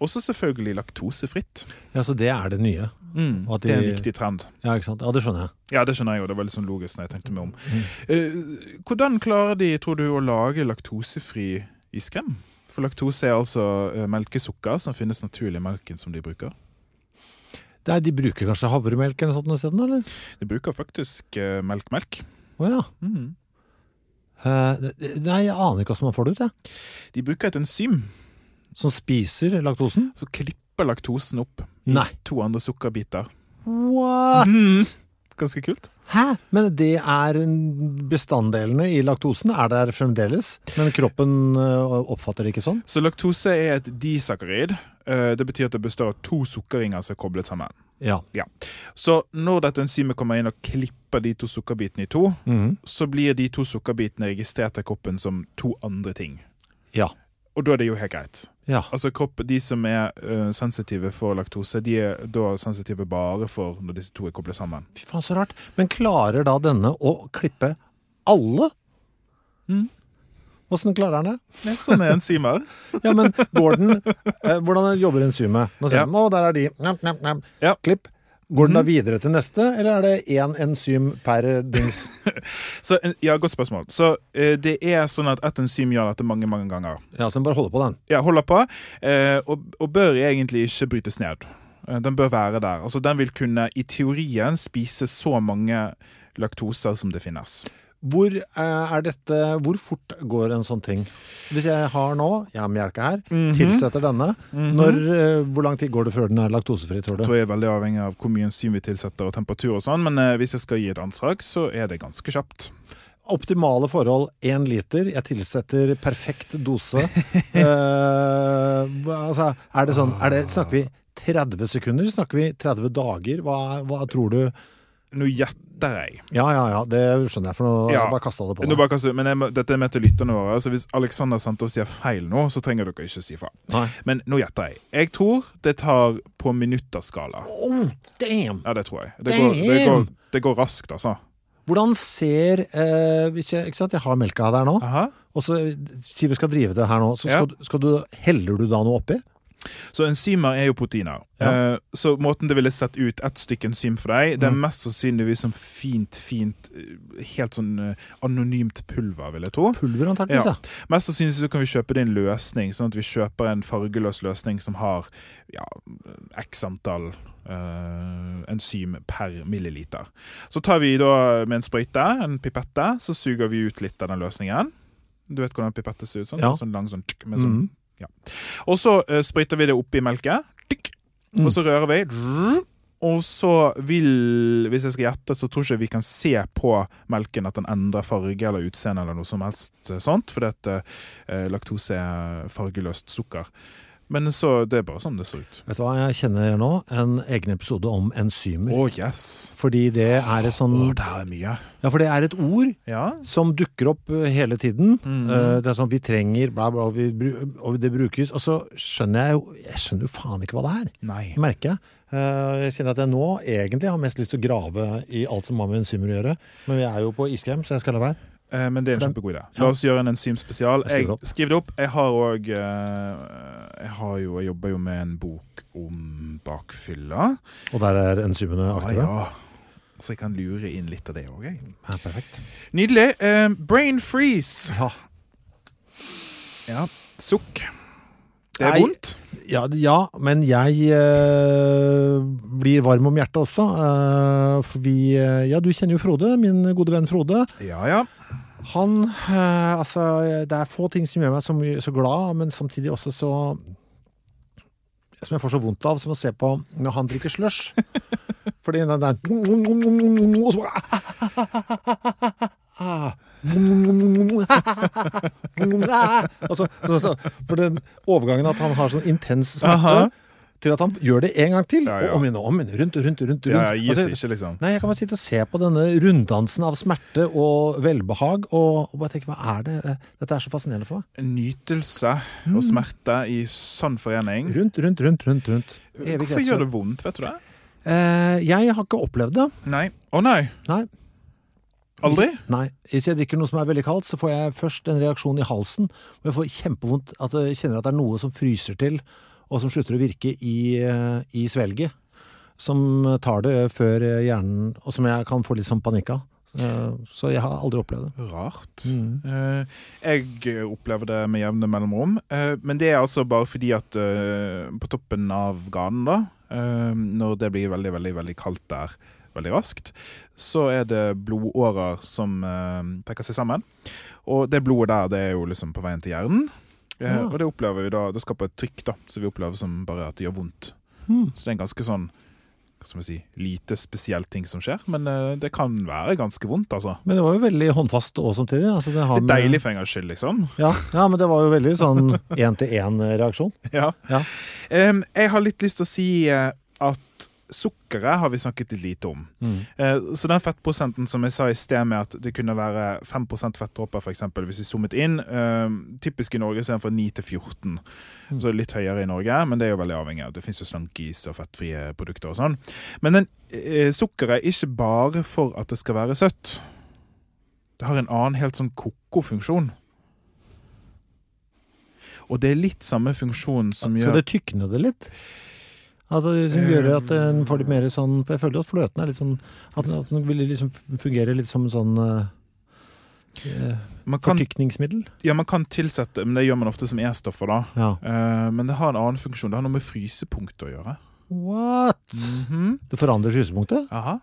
[SPEAKER 2] Også selvfølgelig laktosefritt.
[SPEAKER 1] ja. Så det er det nye.
[SPEAKER 2] Mm,
[SPEAKER 1] Og at
[SPEAKER 2] det er
[SPEAKER 1] de-
[SPEAKER 2] en viktig trend.
[SPEAKER 1] Ja, ikke sant? Ja, det skjønner jeg.
[SPEAKER 2] Ja, det skjønner jeg jo. Det var litt sånn logisk når jeg tenkte meg om.
[SPEAKER 1] Mm.
[SPEAKER 2] Eh, hvordan klarer de, tror du, å lage laktosefri iskrem? For laktose er altså eh, melkesukker som finnes naturlig i melken som de bruker.
[SPEAKER 1] Nei, De bruker kanskje havremelk eller noe sånt noe sted, eller?
[SPEAKER 2] De bruker faktisk eh, melkmelk.
[SPEAKER 1] Å ja. Eh, det- nei, jeg aner ikke hvordan man får det ut, jeg.
[SPEAKER 2] De bruker et enzym
[SPEAKER 1] Som spiser laktosen?
[SPEAKER 2] som klipper laktosen opp i
[SPEAKER 1] Nei.
[SPEAKER 2] to andre sukkerbiter. Mhm.
[SPEAKER 1] What?
[SPEAKER 2] Ganske kult.
[SPEAKER 1] Hæ? Men det er bestanddelene i laktosen er der fremdeles, men kroppen eh, oppfatter det ikke sånn?
[SPEAKER 2] Så laktose er et disakkarid. Eh, det betyr at det består av to sukkerringer som er koblet sammen.
[SPEAKER 1] Ja.
[SPEAKER 2] Ja. Så når dette enzymet kommer inn og klipper de to sukkerbitene i to,
[SPEAKER 1] Mhm.
[SPEAKER 2] så blir de to sukkerbitene registrert av kroppen som to andre ting.
[SPEAKER 1] Ja.
[SPEAKER 2] Og da er det jo helt greit.
[SPEAKER 1] Ja.
[SPEAKER 2] Altså kropp, De som er eh, sensitive for laktose, de er da sensitive bare for når disse to er koblet sammen.
[SPEAKER 1] Fy faen, så rart. Men klarer da denne å klippe alle? Åssen klarer han det?
[SPEAKER 2] Det er sånne enzymer.
[SPEAKER 1] Ja, men går den eh, Hvordan jobber enzymet? Nå ser
[SPEAKER 2] Ja.
[SPEAKER 1] de, Å, der er de. Nam, nam, nam.
[SPEAKER 2] Ja.
[SPEAKER 1] Klipp. Går den da videre til neste, eller er det én enzym per dings?
[SPEAKER 2] Så, eh, ja, godt spørsmål. Så eh, det er sånn at ett enzym gjør dette mange, mange ganger.
[SPEAKER 1] Ja, så den bare holder på den.
[SPEAKER 2] Ja, holder på, eh, og, og bør egentlig ikke brytes ned. Eh, Den bør være der. Altså, den vil kunne, i teorien, spise så mange laktoser som det finnes.
[SPEAKER 1] Hvor eh, er dette Hvor fort går en sånn ting? Hvis jeg har nå, jeg har melka her, tilsetter denne. Når, eh, hvor lang tid går det før den er laktosefri, tror du?
[SPEAKER 2] Jeg tror jeg er veldig avhengig av hvor mye enzym vi tilsetter og temperatur og sånn, men eh, hvis jeg skal gi et anslag, så er det ganske kjapt.
[SPEAKER 1] Optimale forhold én liter. Jeg tilsetter perfekt dose. Eh, altså, er det sånn er det, Snakker vi 30 sekunder? Snakker vi 30 dager? Hva, hva tror du
[SPEAKER 2] Nå gjetter jeg.
[SPEAKER 1] Ja, ja, ja, det skjønner jeg, for nå
[SPEAKER 2] Ja.
[SPEAKER 1] jeg bare kasta det på
[SPEAKER 2] Nå
[SPEAKER 1] deg.
[SPEAKER 2] bare kaster jeg- men jeg, må- dette er med til lytterne våre, så hvis Alexander Santos sier feil nå, så trenger dere ikke si fra.
[SPEAKER 1] Nei.
[SPEAKER 2] Men nå gjetter jeg. Jeg tror det tar på minutterskala.
[SPEAKER 1] Oh, damn!
[SPEAKER 2] Ja, det tror jeg. Det går, det går, det går raskt, altså.
[SPEAKER 1] Hvordan ser eh, hvis jeg, Ikke sant, jeg har melka der nå.
[SPEAKER 2] Aha.
[SPEAKER 1] Og så sier vi skal drive det her nå, så
[SPEAKER 2] Ja.
[SPEAKER 1] skal, du- skal du, heller du da noe oppi?
[SPEAKER 2] Så enzymer er jo proteiner. Eh, så måten det ville sett ut ett stykke enzym for deg, det er mest sannsynligvis som fint, fint, eh, helt sånn eh, anonymt pulver, vil jeg tro.
[SPEAKER 1] Pulver antakeligvis,
[SPEAKER 2] Ja.
[SPEAKER 1] ja.
[SPEAKER 2] Mest sannsynlig så kan vi kjøpe det i en løsning, sånn at vi kjøper en fargeløs løsning som har ja, x antall eh, enzym per milliliter. Så tar vi da med en sprøyte, en pipette, så suger vi ut litt av den løsningen. Du vet hvordan pipette ser ut? sånn?
[SPEAKER 1] Ja.
[SPEAKER 2] Sånn lang sånn tsk, med sånn, ja. Og så eh, sprøyter vi det oppi melket, tsk, og så rører vi. Og så vil, hvis jeg skal gjette, så tror ikke jeg vi kan se på melken at den endrer farge eller utseende eller noe som helst eh, sånt, fordi at eh, laktose er fargeløst sukker. Men så det er bare sånn det ser ut.
[SPEAKER 1] Vet du hva, jeg kjenner nå en egen episode om enzymer.
[SPEAKER 2] Å, yes!
[SPEAKER 1] Fordi det er et sånn
[SPEAKER 2] det er mye.
[SPEAKER 1] Ja, for det er et ord
[SPEAKER 2] Ja.
[SPEAKER 1] som dukker opp eh, hele tiden.
[SPEAKER 2] Mm.
[SPEAKER 1] Eh, Det er sånn vi trenger, bla, bla, og vi, bru- og det brukes. Og så skjønner jeg jo Jeg skjønner jo faen ikke hva det er.
[SPEAKER 2] Nei.
[SPEAKER 1] Det merker jeg. Eh, Jeg kjenner at jeg nå egentlig har mest lyst til å grave i alt som har med enzymer å gjøre. Men vi er jo på iskrem, så jeg skal la være.
[SPEAKER 2] Eh, men det er en kjempegod idé. La oss gjøre en enzymspesial.
[SPEAKER 1] Jeg skriver
[SPEAKER 2] Jeg
[SPEAKER 1] det opp.
[SPEAKER 2] skriver det opp. Jeg har òg Jeg har jo Jeg jobber jo med en bok om bakfylla.
[SPEAKER 1] Og der er enzymene
[SPEAKER 2] Ah,
[SPEAKER 1] aktive.
[SPEAKER 2] ja. Så jeg kan lure inn litt av det òg, jeg.
[SPEAKER 1] Ja, perfekt.
[SPEAKER 2] Nydelig. Eh, brain freeze.
[SPEAKER 1] Ja.
[SPEAKER 2] Ja. Sukk. Det er
[SPEAKER 1] Nei.
[SPEAKER 2] vondt.
[SPEAKER 1] Ja, ja men jeg eh, blir varm om hjertet også. eh, for vi eh, Ja, du kjenner jo Frode, min gode venn Frode.
[SPEAKER 2] Ja, ja.
[SPEAKER 1] Han eh, Altså, det er få ting som gjør meg så, mye, så glad, men samtidig også så Som jeg får så vondt av, som å se på når han drikker slush. Fordi den der Og så bare altså, så, så, For den overgangen at han har sånn intens smerte,
[SPEAKER 2] Aha.
[SPEAKER 1] til at han gjør det en gang til.
[SPEAKER 2] Ja, ja.
[SPEAKER 1] Og om igjen og om igjen. Rundt og rundt og rundt. og rundt.
[SPEAKER 2] Ja, jeg gir seg
[SPEAKER 1] Altså,
[SPEAKER 2] ikke, liksom.
[SPEAKER 1] Nei, jeg kan bare sitte og se på denne runddansen av smerte og velbehag, og, og bare tenke, hva er det? eh, Dette er så fascinerende for meg.
[SPEAKER 2] Nytelse
[SPEAKER 1] Mm.
[SPEAKER 2] og smerte i sann forening.
[SPEAKER 1] Rundt, rundt, rundt, rundt, rundt. Evig
[SPEAKER 2] Hvorfor gjør det vondt, vet du det?
[SPEAKER 1] Eh, jeg har ikke opplevd det.
[SPEAKER 2] Nei. Å nei.
[SPEAKER 1] Nei.
[SPEAKER 2] Aldri?
[SPEAKER 1] Hvis, nei. Hvis jeg drikker noe som er veldig kaldt, så får jeg først en reaksjon i halsen, og jeg får kjempevondt at jeg kjenner at det er noe som fryser til, og som slutter å virke i, eh, i svelget, som tar det før eh, hjernen, og som jeg kan få litt sånn panikk av. Eh, Så jeg har aldri opplevd det.
[SPEAKER 2] Rart. Eh, jeg opplever det med jevne mellomrom, eh, men det er altså bare fordi at eh, på toppen av ganen, da, eh, når det blir veldig, veldig, veldig kaldt der veldig raskt, så er det blodårer som eh, trekker seg sammen. Og det blodet der, det er jo liksom på veien til hjernen. Eh,
[SPEAKER 1] Ja.
[SPEAKER 2] Og det opplever vi da, det skaper et trykk, da, så vi opplever som bare at det gjør vondt. Så det er en ganske sånn hva skal man si, lite spesiell ting som skjer, men eh, det kan være ganske vondt, altså.
[SPEAKER 1] Men det var jo veldig håndfast og samtidig. Altså det har
[SPEAKER 2] Litt
[SPEAKER 1] med-
[SPEAKER 2] deilig for en gangs skyld, liksom.
[SPEAKER 1] Ja, ja, men det var jo veldig sånn én-til-én-reaksjon.
[SPEAKER 2] Ja.
[SPEAKER 1] Ja.
[SPEAKER 2] Em, jeg har litt lyst til å si eh, at sukkeret har vi snakket litt lite om. Eh, så den fettprosenten som jeg sa i sted med at det kunne være 5 fettdråper, f.eks., hvis vi zoomet inn em, Typisk i Norge så er den fra 9 til 14. Så det er litt høyere i Norge, men det er jo veldig avhengig av det fins jo slankis og fettfrie produkter og sånn. Men den, eh, sukkeret er ikke bare for at det skal være søtt. Det har en annen helt sånn ko funksjon Og det er litt samme funksjon som
[SPEAKER 1] Skal
[SPEAKER 2] gjør
[SPEAKER 1] det tykne det litt? At det liksom gjør at den får litt mer sånn For jeg føler at fløten er litt sånn At den, at den vil liksom fungere litt som en sånn eh,
[SPEAKER 2] man kan,
[SPEAKER 1] fortykningsmiddel.
[SPEAKER 2] ja, man kan tilsette, men det gjør man ofte som E-stoffer, da.
[SPEAKER 1] Ja.
[SPEAKER 2] Eh, men det har en annen funksjon. Det har noe med frysepunkt å gjøre.
[SPEAKER 1] What? Det forandrer frysepunktet?
[SPEAKER 2] Aha.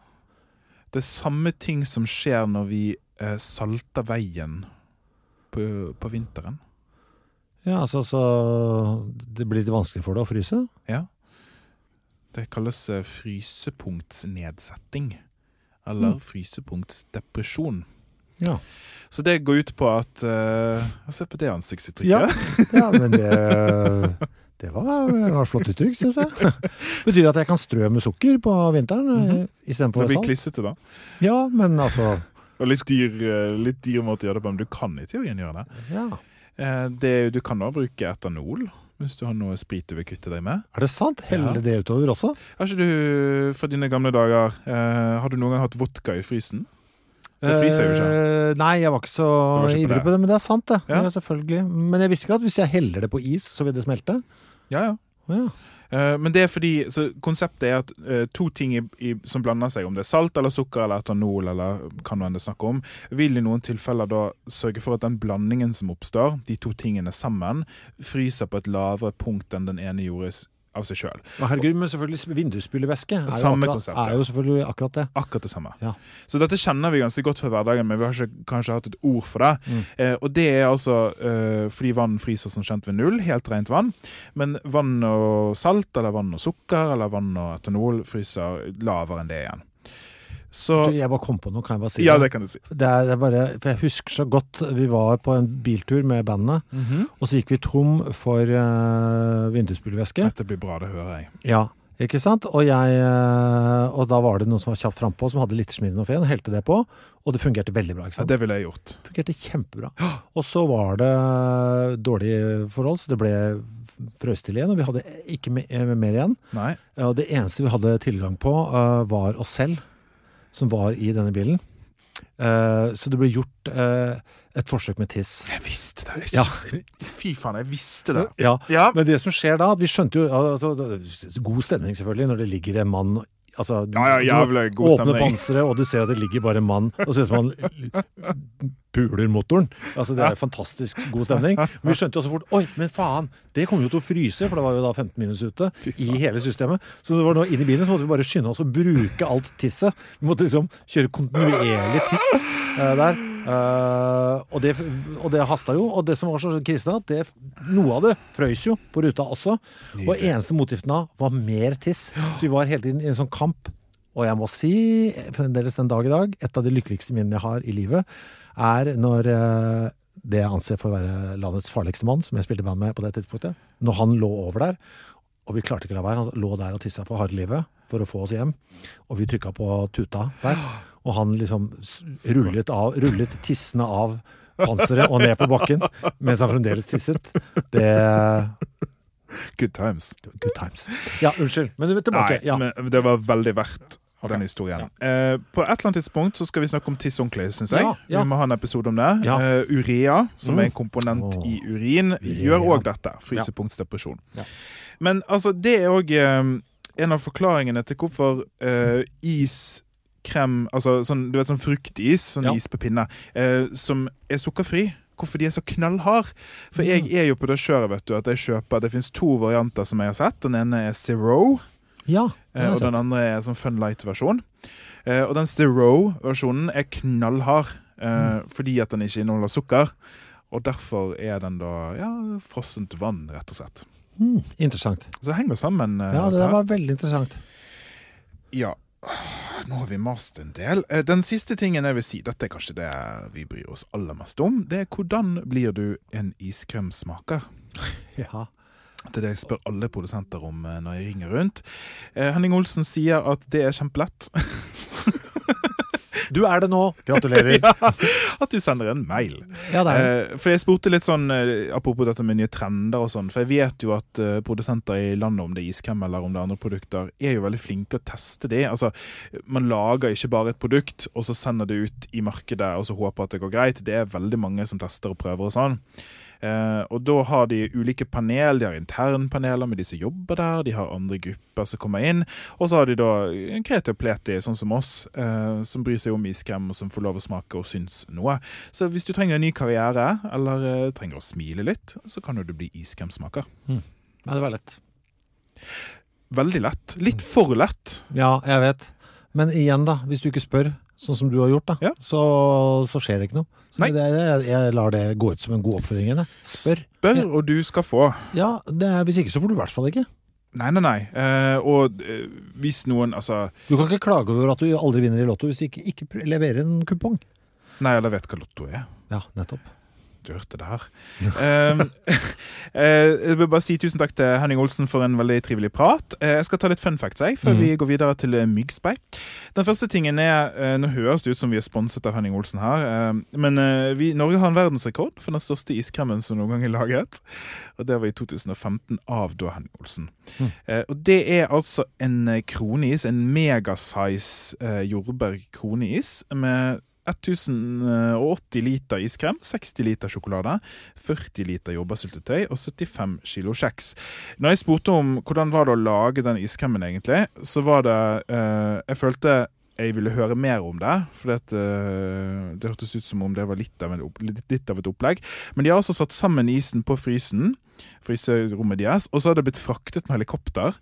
[SPEAKER 2] Det er samme ting som skjer når vi eh, salter veien på, på vinteren.
[SPEAKER 1] Ja, altså, så det blir litt vanskelig for deg å fryse?
[SPEAKER 2] Ja. Det kalles eh, frysepunktsnedsetting. Eller
[SPEAKER 1] Mm.
[SPEAKER 2] frysepunktsdepresjon.
[SPEAKER 1] Ja.
[SPEAKER 2] Så det går ut på at eh, Se på det ansiktsuttrykket.
[SPEAKER 1] Ja, ja men det, det var, det var et flott uttrykk, syns jeg. Betyr det at jeg kan strø med sukker på vinteren mm
[SPEAKER 2] Mhm.
[SPEAKER 1] -hmm. istedenfor
[SPEAKER 2] Det blir
[SPEAKER 1] salt?
[SPEAKER 2] klissete, da.
[SPEAKER 1] Ja, men altså
[SPEAKER 2] Og litt dyr, eh, litt dyr måte å gjøre det på, men du kan i teorien gjøre det.
[SPEAKER 1] ja.
[SPEAKER 2] Eh, det er jo- du kan også bruke etanol, hvis du har noe sprit du vil kvitte deg med.
[SPEAKER 1] Er det sant? Heller
[SPEAKER 2] Ja.
[SPEAKER 1] det utover også?
[SPEAKER 2] Har ikke du, fra dine gamle dager, eh, har du noen gang hatt vodka i frysen? Det fryser jo ikke.
[SPEAKER 1] Eh, nei, jeg var ikke så
[SPEAKER 2] Du var ikke på
[SPEAKER 1] ivrig
[SPEAKER 2] det.
[SPEAKER 1] på det, men det er sant, det.
[SPEAKER 2] Ja.
[SPEAKER 1] Ja. selvfølgelig. Men jeg visste ikke at hvis jeg heller det på is, så vil det smelte.
[SPEAKER 2] Ja, ja.
[SPEAKER 1] Å Ja.
[SPEAKER 2] Eh, Men det er fordi så konseptet er at eh, to ting i, i, som blander seg, om det er salt eller sukker eller etanol, eller kan hva enn det er snakk om, vil i noen tilfeller da sørge for at den blandingen som oppstår, de to tingene sammen, fryser på et lavere punkt enn den ene gjorde s- av seg sjøl.
[SPEAKER 1] Å, Herregud, men selvfølgelig vindusspylevæske er, jo
[SPEAKER 2] Samme
[SPEAKER 1] akkurat-
[SPEAKER 2] konseptet.
[SPEAKER 1] er jo selvfølgelig akkurat det.
[SPEAKER 2] Akkurat det samme.
[SPEAKER 1] Ja.
[SPEAKER 2] Så dette kjenner vi ganske godt fra hverdagen, men vi har ikke kanskje hatt et ord for det.
[SPEAKER 1] Mm.
[SPEAKER 2] Eh, og det er altså eh, fordi vann fryser som kjent ved null, helt rent vann. Men vann og salt, eller vann og sukker, eller vann og etanol fryser lavere enn det igjen. Så
[SPEAKER 1] Du, Jeg bare kom på noe, kan jeg bare si
[SPEAKER 2] Ja, det kan du si.
[SPEAKER 1] Det er, det er bare, for Jeg husker så godt vi var på en biltur med bandet,
[SPEAKER 2] Mhm.
[SPEAKER 1] og så gikk vi tom for uh, vindusspylevæske.
[SPEAKER 2] Dette blir bra, det hører jeg.
[SPEAKER 1] Ja. Ikke sant? Og, jeg, eh, og da var det noen som var kjapt frampå, som hadde littersmidinofen, helte det på, og det fungerte veldig bra. ikke
[SPEAKER 2] Ja,
[SPEAKER 1] sant?
[SPEAKER 2] det ville jeg gjort.
[SPEAKER 1] Det fungerte kjempebra. Og så var det dårlige forhold, så det ble frøst til igjen, og vi hadde ikke me- eh, mer igjen.
[SPEAKER 2] Nei.
[SPEAKER 1] Ja, det eneste vi hadde tilgang på eh, var oss selv, som var i denne bilen. Eh, så det ble gjort eh, et forsøk med tiss.
[SPEAKER 2] Jeg visste det!
[SPEAKER 1] Ja.
[SPEAKER 2] Fy faen, jeg visste det!
[SPEAKER 1] Ja.
[SPEAKER 2] Ja.
[SPEAKER 1] Men det som skjer da, at vi skjønte jo altså, det- God stemning, selvfølgelig, når det ligger en mann altså, du-
[SPEAKER 2] Ja, ja, jævlig god
[SPEAKER 1] du Åpner
[SPEAKER 2] stemning.
[SPEAKER 1] panseret, og du ser at det ligger bare en mann. Og ser ut som han puler motoren. Altså, Det er fantastisk god stemning. Men vi skjønte jo så fort Oi, men faen! Det kommer jo til å fryse, for det var jo da 15 minus ute i hele systemet. Så det var nå inn i bilen, så måtte vi bare skynde oss å bruke alt tisset. Vi måtte liksom kjøre kontinuerlig tiss eh, der. Eh, og, det, og det hasta jo. Og det som var så krisende, at det, noe av det frøys jo på ruta også. Og eneste motgiften da var mer tiss. Så vi var hele tiden i en sånn kamp. Og jeg må si, fremdeles den dag i dag, et av de lykkeligste minnene jeg har i livet, er når eh, det jeg anser for å være landets farligste mann, som jeg spilte band med på det tidspunktet, når han lå over der, og vi klarte ikke å la være, han lå der og tissa for harde livet for å få oss hjem, og vi trykka på tuta der, og han liksom s- rullet, av, rullet tissene av panseret og ned på bakken, mens han fremdeles tisset. Det
[SPEAKER 2] Good times.
[SPEAKER 1] Good times. Ja, unnskyld. Men tilbake.
[SPEAKER 2] Nei,
[SPEAKER 1] Ja.
[SPEAKER 2] men det var veldig verdt den historien. Eh, på et eller annet tidspunkt så skal vi snakke om tiss ordentlig, syns jeg.
[SPEAKER 1] Ja, ja.
[SPEAKER 2] Vi må ha en episode om det.
[SPEAKER 1] Ja. Mm.
[SPEAKER 2] Eh, urea, som er en komponent
[SPEAKER 1] Åh.
[SPEAKER 2] i urin, gjør òg dette. Frysepunktsdepresjon. Men altså, det er òg eh, en av forklaringene til hvorfor eh, is krem, altså sånn, du vet sånn fruktis, sånn
[SPEAKER 1] Ja.
[SPEAKER 2] is på pinne, eh, som er sukkerfri. Hvorfor de er så knallhard.
[SPEAKER 1] Mm.
[SPEAKER 2] For jeg er jo på det kjøret, vet du, at jeg kjøper Det fins to varianter som jeg har sett. Den ene er Zero.
[SPEAKER 1] ja det
[SPEAKER 2] Eh,
[SPEAKER 1] har jeg
[SPEAKER 2] og den
[SPEAKER 1] sett.
[SPEAKER 2] andre er en sånn fun light-versjon. Eh, og den Zero-versjonen er knallhard eh,
[SPEAKER 1] Mm.
[SPEAKER 2] fordi at den ikke inneholder sukker. Og derfor er den da ja, frossent vann, rett og slett.
[SPEAKER 1] Mm, interessant.
[SPEAKER 2] Så det henger sammen. Eh,
[SPEAKER 1] Ja,
[SPEAKER 2] dette
[SPEAKER 1] det der
[SPEAKER 2] her.
[SPEAKER 1] var veldig interessant.
[SPEAKER 2] ja. Nå har vi mast en del. Eh, den siste tingen jeg vil si, dette er kanskje det vi bryr oss aller mest om, det er hvordan blir du en iskremsmaker?
[SPEAKER 1] Ja.
[SPEAKER 2] Det er det jeg spør alle produsenter om eh, når jeg ringer rundt. Eh, Henning Olsen sier at det er kjempelett.
[SPEAKER 1] Du er det nå. Gratulerer.
[SPEAKER 2] At du sender en mail.
[SPEAKER 1] Ja, det er det.
[SPEAKER 2] Eh, for jeg spurte litt sånn eh, apropos dette med nye trender og sånn, for jeg vet jo at eh, produsenter i landet, om det er iskrem eller om det er andre produkter, er jo veldig flinke å teste det. Altså, man lager ikke bare et produkt, og så sender det ut i markedet og så håper at det går greit. Det er veldig mange som tester og prøver og sånn. Eh, og da har de ulike panel. De har internpaneler med de som jobber der, de har andre grupper som kommer inn. Og så har de da en kreativ pleti, sånn som oss, eh, som bryr seg om iskrem, og som får lov å smake og syns noe. Så hvis du trenger en ny karriere, eller eh, trenger å smile litt, så kan jo du bli iskremsmaker.
[SPEAKER 1] Nei, det var lett.
[SPEAKER 2] veldig lett. Litt for lett.
[SPEAKER 1] Ja, jeg vet. Men igjen, da. Hvis du ikke spør, sånn som du har gjort, da,
[SPEAKER 2] Ja.
[SPEAKER 1] så, så skjer det ikke noe. Så
[SPEAKER 2] Nei.
[SPEAKER 1] det, jeg, jeg lar det gå ut som en god oppfordring. igjen, jeg. Spør.
[SPEAKER 2] Spør, og du skal få.
[SPEAKER 1] Ja, det er, Hvis ikke, så får du i hvert fall ikke.
[SPEAKER 2] Nei, nei, nei. Eh, og eh, hvis noen Altså,
[SPEAKER 1] Du kan ikke klage over at du aldri vinner i Lotto hvis du ikke, ikke pr- leverer en kupong.
[SPEAKER 2] nei, eller vet hva Lotto er.
[SPEAKER 1] Ja, nettopp.
[SPEAKER 2] Du hørte det her. Eh, eh, jeg vil bare si tusen takk til Henning Olsen for en veldig trivelig prat. Eh, jeg skal ta litt fun facts jeg, før vi går videre til eh, Myggspeik. Den første tingen er eh, Nå høres det ut som vi er sponset av Henning Olsen her, eh, men eh, vi, Norge har en verdensrekord for den største iskremen som noen gang er laget. Og det var i 2015 av da Henning Olsen. Eh, og det er altså en eh, kroneis, en megasize eh, jordbærkroneis med 1080 liter iskrem, 60 liter sjokolade, 40 liter jordbærsyltetøy og 75 kilo kjeks. Når jeg spurte om hvordan var det å lage den iskremen egentlig, så var det eh, Jeg følte jeg ville høre mer om det, for det, det hørtes ut som om det var litt av, en opp, litt, litt av et opplegg. Men de har altså satt sammen isen på frysen, fryserommet deres, og så har det blitt fraktet med helikopter.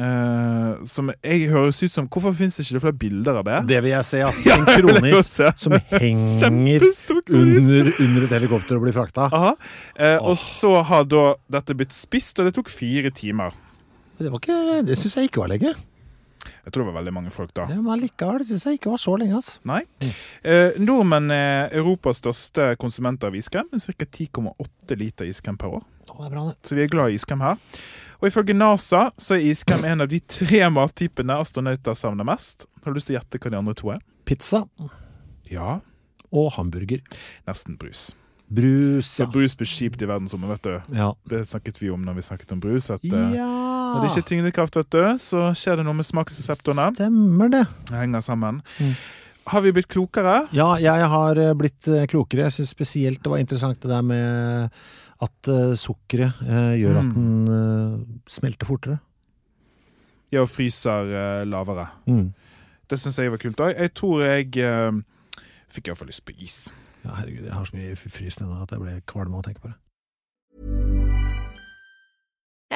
[SPEAKER 2] eh, som jeg høres ut som Hvorfor fins det ikke det flere bilder av det?
[SPEAKER 1] Det vil jeg se, ass.
[SPEAKER 2] Ja,
[SPEAKER 1] En
[SPEAKER 2] jeg vil jo
[SPEAKER 1] kronis
[SPEAKER 2] se.
[SPEAKER 1] som henger
[SPEAKER 2] Kjempestor kronis.
[SPEAKER 1] under, under et helikopter og blir frakta.
[SPEAKER 2] Aha. Eh, og så har da dette blitt spist, og det tok fire timer.
[SPEAKER 1] Det, var ikke, det syns jeg ikke var lenge.
[SPEAKER 2] Jeg tror det var veldig mange folk da.
[SPEAKER 1] Ja, Mm. men likevel, det syns jeg ikke var så lenge, ass.
[SPEAKER 2] Nei. Eh, nordmenn er Europas største konsumenter av iskrem, med ca. 10,8 liter iskrem per år.
[SPEAKER 1] Å, det er bra, det.
[SPEAKER 2] Så vi er glad i iskrem her. Og ifølge NASA så er iskrem en av de tre mattypene astronauter savner mest. Har du lyst til å gjette hva de andre to er?
[SPEAKER 1] Pizza
[SPEAKER 2] Ja,
[SPEAKER 1] og hamburger.
[SPEAKER 2] nesten brus.
[SPEAKER 1] Brus,
[SPEAKER 2] Det
[SPEAKER 1] ja.
[SPEAKER 2] er brus blir kjipt i verdensrommet, vet du.
[SPEAKER 1] Ja.
[SPEAKER 2] Det snakket vi om når vi snakket om brus. at... eh, Når det
[SPEAKER 1] ja.
[SPEAKER 2] ikke er tyngdekraft, vet du, så skjer det noe med smaksreseptorene.
[SPEAKER 1] Stemmer det.
[SPEAKER 2] Det henger sammen.
[SPEAKER 1] Mm.
[SPEAKER 2] Har vi blitt klokere?
[SPEAKER 1] Ja, jeg har eh, blitt eh, klokere. Jeg syns spesielt det var interessant det der med at eh, sukkeret eh, gjør at den eh, smelter fortere.
[SPEAKER 2] Ja, og fryser eh, lavere.
[SPEAKER 1] Mm.
[SPEAKER 2] Det syns jeg var kult òg. Jeg tror jeg eh, fikk iallfall lyst på is.
[SPEAKER 1] Ja, herregud, jeg har så mye frysende nå at jeg ble kvalm av å tenke på det.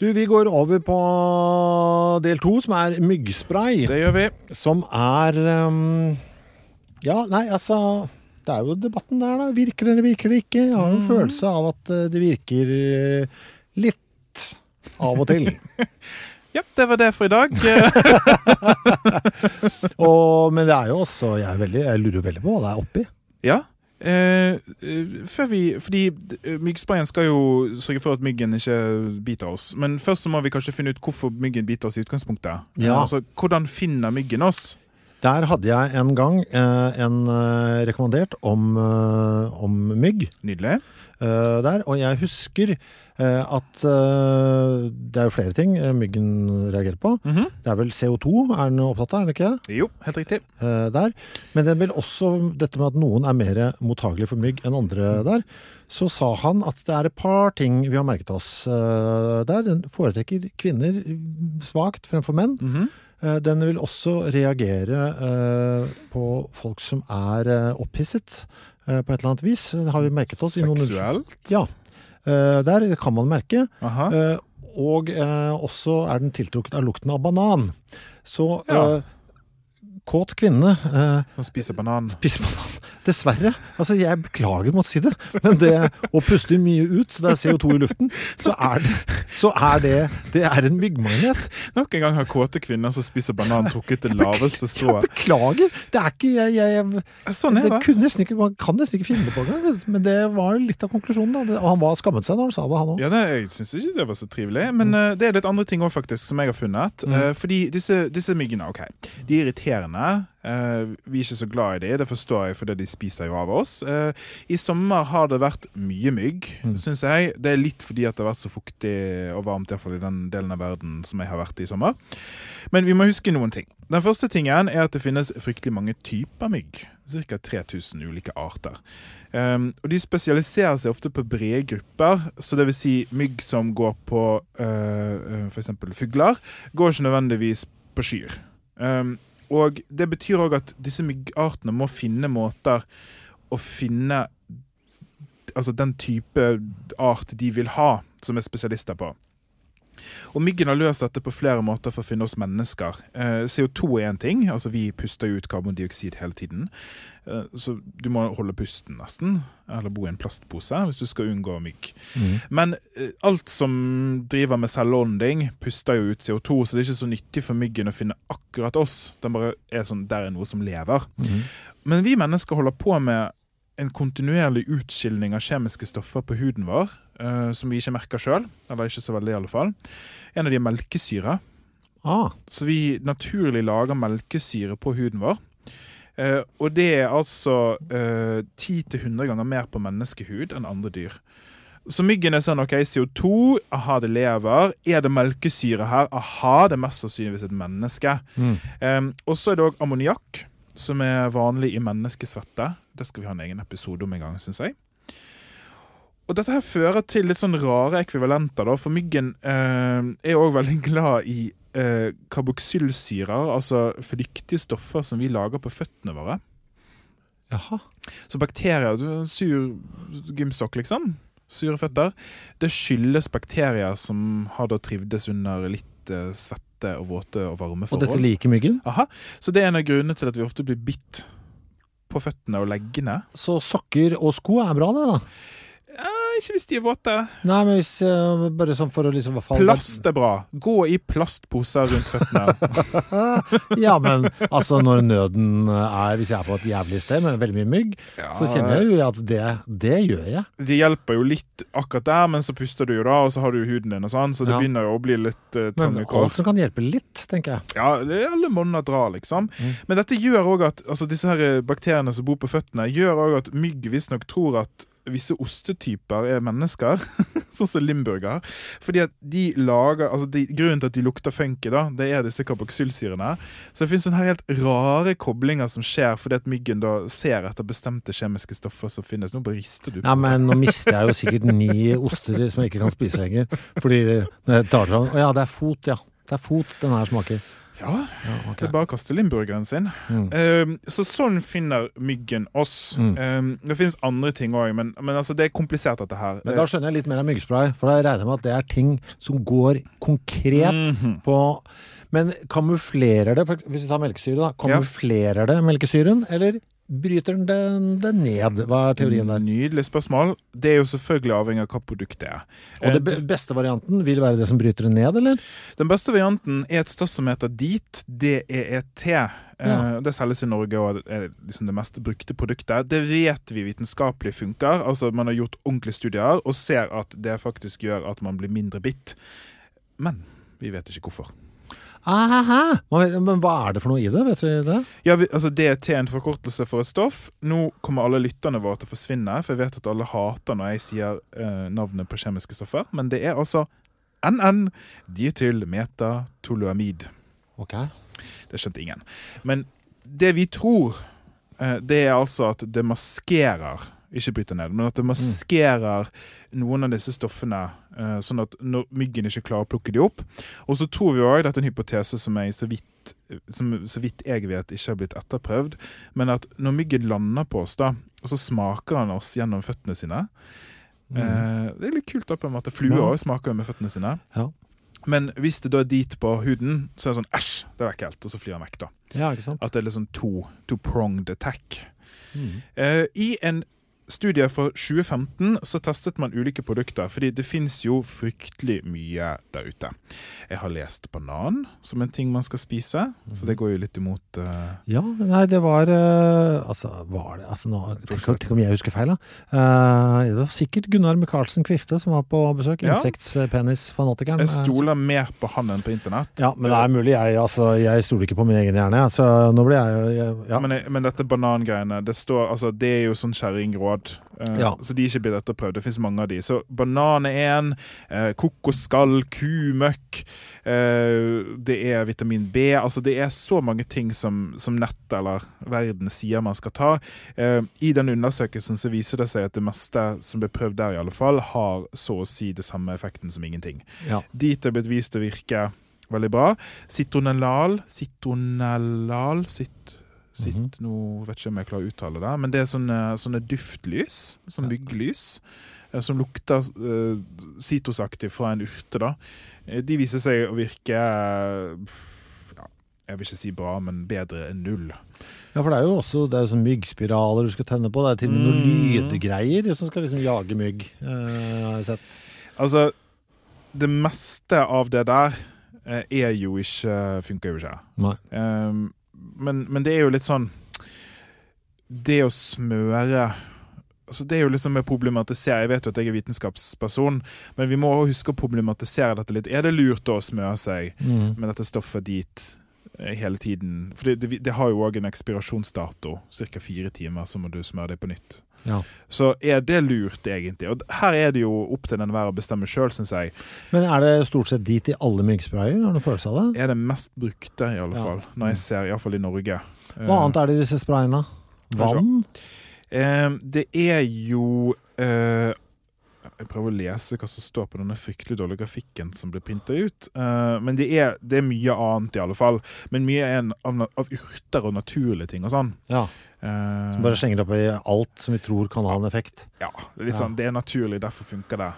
[SPEAKER 1] Du, vi går over på del to, som er myggspray.
[SPEAKER 2] Det gjør vi.
[SPEAKER 1] Som er ehm, Ja, nei, altså Det er jo debatten der, da. Virker det eller virker det ikke? Jeg har jo en følelse av at eh, det virker eh, litt av og til.
[SPEAKER 2] Ja, det var det for i dag. Eh,
[SPEAKER 1] Og, men det er jo også Jeg, er veldig, jeg lurer jo veldig på hva det er oppi.
[SPEAKER 2] ja. Eh, eh, før vi Fordi eh, myggsprayen skal jo sørge for at myggen ikke biter oss. Men først så må vi kanskje finne ut hvorfor myggen biter oss i utgangspunktet.
[SPEAKER 1] Ja.
[SPEAKER 2] Eh, Altså, Hvordan finner myggen oss?
[SPEAKER 1] Der hadde jeg en gang eh, en eh, rekommendert om, eh, om mygg
[SPEAKER 2] Nydelig.
[SPEAKER 1] eh, der, og jeg husker eh, at eh, det er jo flere ting eh, myggen reagerer på. Det er vel CO2 er den opptatt av, er den ikke det?
[SPEAKER 2] Jo, helt riktig.
[SPEAKER 1] eh, der. Men den vil også dette med at noen er mer mottagelig for mygg enn andre der. Så sa han at det er et par ting vi har merket oss eh, der. Den foretrekker kvinner svakt fremfor menn. Eh, Den vil også reagere eh, på folk som er eh, opphisset eh, på et eller annet vis. Det har vi merket oss. i noen-
[SPEAKER 2] Seksuelt?
[SPEAKER 1] Ja. Eh, Der kan man merke.
[SPEAKER 2] Aha.
[SPEAKER 1] Eh, og eh, også er den tiltrukket av lukten av banan. Så
[SPEAKER 2] Ja.
[SPEAKER 1] eh, kåt kvinne eh,
[SPEAKER 2] Som spiser banan.
[SPEAKER 1] spiser banan. Dessverre. Altså, jeg beklager mot si det, men det å puste mye ut, så det er CO2 i luften, så er det, så er det, det er en myggmagnet.
[SPEAKER 2] Nok en gang har kåte kvinner som spiser banan, trukket det laveste
[SPEAKER 1] Jeg
[SPEAKER 2] strået.
[SPEAKER 1] beklager! Det er ikke jeg, jeg, jeg
[SPEAKER 2] Sånn er
[SPEAKER 1] det
[SPEAKER 2] det.
[SPEAKER 1] kunne nesten ikke, Man kan nesten ikke finne det på engang, vet du. men det var litt av konklusjonen. da. Det- Og han var skammet seg da han sa det, han òg.
[SPEAKER 2] Ja, det, Jeg syns ikke det var så trivelig. Men eh, det er litt andre ting også, faktisk, som jeg har funnet. Eh, fordi disse, disse myggene ok, de er irriterende. Eh, vi er ikke så glad i dem, det forstår jeg, fordi de spiser jo av oss. Eh, I sommer har det vært mye mygg, syns jeg. Det er litt fordi at det har vært så fuktig og varmt, iallfall i den delen av verden som jeg har vært i i sommer. Men vi må huske noen ting. Den første tingen er at det finnes fryktelig mange typer mygg. Ca. 3000 ulike arter. Ehm, og De spesialiserer seg ofte på brede grupper, så det vil Si mygg som går på uh, f.eks. fugler, går ikke nødvendigvis på kyr. Ehm, og Det betyr òg at disse myggartene må finne måter å finne Altså den type art de vil ha, som er spesialister på. Og myggen har løst dette på flere måter for å finne oss mennesker. Eh, CO2 er én ting, altså vi puster jo ut karbondioksid hele tiden. Eh, så du må holde pusten nesten, eller bo i en plastpose hvis du skal unngå mygg. Men eh, alt som driver med selvånding, puster jo ut CO2, så det er ikke så nyttig for myggen å finne akkurat oss. Den bare er sånn, der er noe som lever. Men vi mennesker holder på med en kontinuerlig utskilning av kjemiske stoffer på huden vår, eh, som vi ikke merker sjøl, eller ikke så veldig i alle fall. En av de er melkesyre.
[SPEAKER 1] Ah,
[SPEAKER 2] Så vi naturlig lager melkesyre på huden vår. Eh, og det er altså eh, 10-100 ganger mer på menneskehud enn andre dyr. Så myggen er sånn OK, CO2, aha, det lever. Er det melkesyre her? Aha, det er mest sannsynligvis et menneske. Eh, og så er det òg ammoniakk, som er vanlig i menneskesvette. Det skal vi ha en egen episode om en gang, syns jeg. Og dette her fører til litt sånn rare ekvivalenter, da, for myggen eh, er òg veldig glad i eh, karboksylsyrer, altså flyktige stoffer som vi lager på føttene våre.
[SPEAKER 1] jaha.
[SPEAKER 2] Så bakterier, du- sur gymsokk liksom, sure føtter, det skyldes bakterier som har da trivdes under litt eh, svette og våte og varme
[SPEAKER 1] Og
[SPEAKER 2] forhold.
[SPEAKER 1] dette liker myggen.
[SPEAKER 2] Aha. Så det er en av grunnene til at vi ofte blir bitt på føttene og leggene.
[SPEAKER 1] Så sokker og sko er bra, det, da.
[SPEAKER 2] Eh, ikke hvis de er våte.
[SPEAKER 1] Nei, men hvis eh, Bare sånn for å liksom hva faen-
[SPEAKER 2] Plast er bra. Gå i plastposer rundt føttene.
[SPEAKER 1] Ja, men altså når nøden eh, er Hvis jeg er på et jævlig sted med veldig mye mygg, så kjenner jeg jo at det, det gjør jeg.
[SPEAKER 2] Det hjelper jo litt akkurat der, men så puster du jo da, og så har du jo huden din og sånn, så det
[SPEAKER 1] Ja.
[SPEAKER 2] begynner jo å bli litt uh,
[SPEAKER 1] Men
[SPEAKER 2] trange kår.
[SPEAKER 1] alt som kan hjelpe litt, tenker jeg.
[SPEAKER 2] Ja, det er alle monner drar, liksom. Men dette gjør òg at altså, disse her eh, bakteriene som bor på føttene, gjør òg at mygg visstnok tror at visse ostetyper er mennesker, sånn som limburger. Fordi at de lager, altså de, Grunnen til at de lukter funky, da, det er disse karboksylsyrene. Så det finnes sånne her helt rare koblinger som skjer fordi at myggen da ser etter bestemte kjemiske stoffer som finnes. Nå bare rister du. på
[SPEAKER 1] Nei, men nå mister jeg jo sikkert ni oster som jeg ikke kan spise lenger. Fordi når jeg tar fram Å ja, det er fot, ja. Det er fot den her smaker.
[SPEAKER 2] Ja,
[SPEAKER 1] ok.
[SPEAKER 2] det er bare å kaste limburgeren sin.
[SPEAKER 1] Mm.
[SPEAKER 2] Ehm, så sånn finner myggen oss. Ehm, det finnes andre ting òg, men, men altså, det er komplisert, dette her.
[SPEAKER 1] Men da
[SPEAKER 2] Eh,
[SPEAKER 1] skjønner jeg litt mer av myggspray, for da regner jeg med at det er ting som går konkret
[SPEAKER 2] Mhm.
[SPEAKER 1] på Men kamuflerer det, for hvis vi tar melkesyre, da. Kamuflerer det melkesyren, eller bryter den den- den ned? Hva er teorien der?
[SPEAKER 2] Eh, Nydelig spørsmål. Det er jo selvfølgelig avhengig av hva produktet er.
[SPEAKER 1] Og
[SPEAKER 2] Eh,
[SPEAKER 1] det be- beste varianten vil være det som bryter den ned, eller?
[SPEAKER 2] Den beste varianten er et stoff som heter DEET, E D-E-E-T. Eh, Det selges i Norge og er liksom det mest brukte produktet. Det vet vi vitenskapelig funker. Altså Man har gjort ordentlige studier og ser at det faktisk gjør at man blir mindre bitt. Men vi vet ikke hvorfor.
[SPEAKER 1] Aha. Men men hva er det for noe i det? Vet vi det?
[SPEAKER 2] Ja, vi, altså DET er en forkortelse for et stoff. Nå kommer alle lytterne våre til å forsvinne, for jeg vet at alle hater når jeg sier eh, navnet på kjemiske stoffer. Men det er altså NN, dietylmetatoluamid.
[SPEAKER 1] Ok.
[SPEAKER 2] Det skjønte ingen. Men det vi tror, eh, det er altså at det maskerer ikke bryter ned, men at det maskerer noen av disse stoffene, eh, sånn at når myggen ikke klarer å plukke de opp. Og så tror vi òg, dette er en hypotese som, jeg så vidt, som så vidt jeg vet ikke har blitt etterprøvd, men at når myggen lander på oss, da, og så smaker han oss gjennom føttene sine eh, Det er litt kult, da, på en måte. Fluer
[SPEAKER 1] Ja.
[SPEAKER 2] òg smaker jo med føttene sine.
[SPEAKER 1] Ja.
[SPEAKER 2] Men hvis det da er dit på huden, så er det sånn æsj, det var ekkelt, og så flyr han vekk. da.
[SPEAKER 1] ja, ikke sant?
[SPEAKER 2] At det er liksom to, two-pronged attack.
[SPEAKER 1] Mhm.
[SPEAKER 2] Eh, I en studie fra 2015 så testet man ulike produkter, fordi det fins jo fryktelig mye der ute. Jeg har lest banan som en ting man skal spise,
[SPEAKER 1] Mhm.
[SPEAKER 2] så det går jo litt imot eh,
[SPEAKER 1] Ja, nei, det var eh, Altså, var det altså, nå, tenk, tenk om jeg husker feil, da. Eh, det var sikkert Gunnar Micaelsen Kvifte som var på besøk.
[SPEAKER 2] Ja.
[SPEAKER 1] Insektpenisfanatikeren.
[SPEAKER 2] Jeg
[SPEAKER 1] eh,
[SPEAKER 2] stoler mer på han enn på internett.
[SPEAKER 1] Ja, men det er mulig. Jeg, altså, jeg stoler ikke på min egen hjerne. jeg. Så nå blir jeg jo jeg- ja.
[SPEAKER 2] Men, jeg, men dette banangreiene, det, står, altså, det er jo sånn kjerringråd. eh,
[SPEAKER 1] Ja.
[SPEAKER 2] Så de er ikke blitt etterprøvd. Det fins mange av de. Så banan er én. Eh, kokosskall, kumøkk. Eh, det er vitamin B. Altså, det er så mange ting som, som nettet eller verden sier man skal ta. Eh, I den undersøkelsen så viser det seg at det meste som ble prøvd der, i alle fall, har så å si det samme effekten som ingenting.
[SPEAKER 1] Ja.
[SPEAKER 2] Dit er blitt vist å virke veldig bra. Citronellal Citronellal sitt, sitt, Nå vet ikke om jeg klarer å uttale det, men det er sånne, sånne duftlys, sånn mygglys, eh, som lukter eh, sitrusaktig fra en urte. da. Eh, De viser seg å virke eh, ja, Jeg vil ikke si bra, men bedre enn null.
[SPEAKER 1] ja, for det er jo også det er jo sånn myggspiraler du skal tenne på. Det er til og med noen lydgreier som skal liksom jage mygg. eh, har jeg sett.
[SPEAKER 2] Altså, det meste av det der eh, er jo ikke Funker jo ikke.
[SPEAKER 1] Nei.
[SPEAKER 2] Um, men, men det er jo litt sånn Det å smøre altså Det er jo liksom med å problematisere Jeg vet jo at jeg er vitenskapsperson, men vi må også huske å problematisere dette litt. Er det lurt å smøre seg
[SPEAKER 1] Mm.
[SPEAKER 2] med dette stoffet dit eh, hele tiden? For det, det, det har jo òg en ekspirasjonsdato. Ca. fire timer, så må du smøre deg på nytt.
[SPEAKER 1] Ja.
[SPEAKER 2] Så er det lurt, egentlig? Og d- her er det jo opp til enhver å bestemme sjøl, syns jeg.
[SPEAKER 1] Men er det stort sett dit i alle myggsprayer? Har du noen følelse av det?
[SPEAKER 2] Er det mest brukte, i alle
[SPEAKER 1] Ja. Mm.
[SPEAKER 2] fall, når jeg ser, iallfall i Norge.
[SPEAKER 1] Hva annet er det i disse sprayene? Vann?
[SPEAKER 2] Eh, det er jo eh, Jeg prøver å lese hva som står på denne fryktelig dårlige grafikken som ble printa ut. Eh, men det er, det er mye annet, i alle fall. Men mye er en, av, na- av urter og naturlige ting og sånn.
[SPEAKER 1] Ja.
[SPEAKER 2] Eh,
[SPEAKER 1] Bare slenger opp i alt som vi tror kan ha en effekt.
[SPEAKER 2] ja, det er litt sånn, det er naturlig, derfor funker det.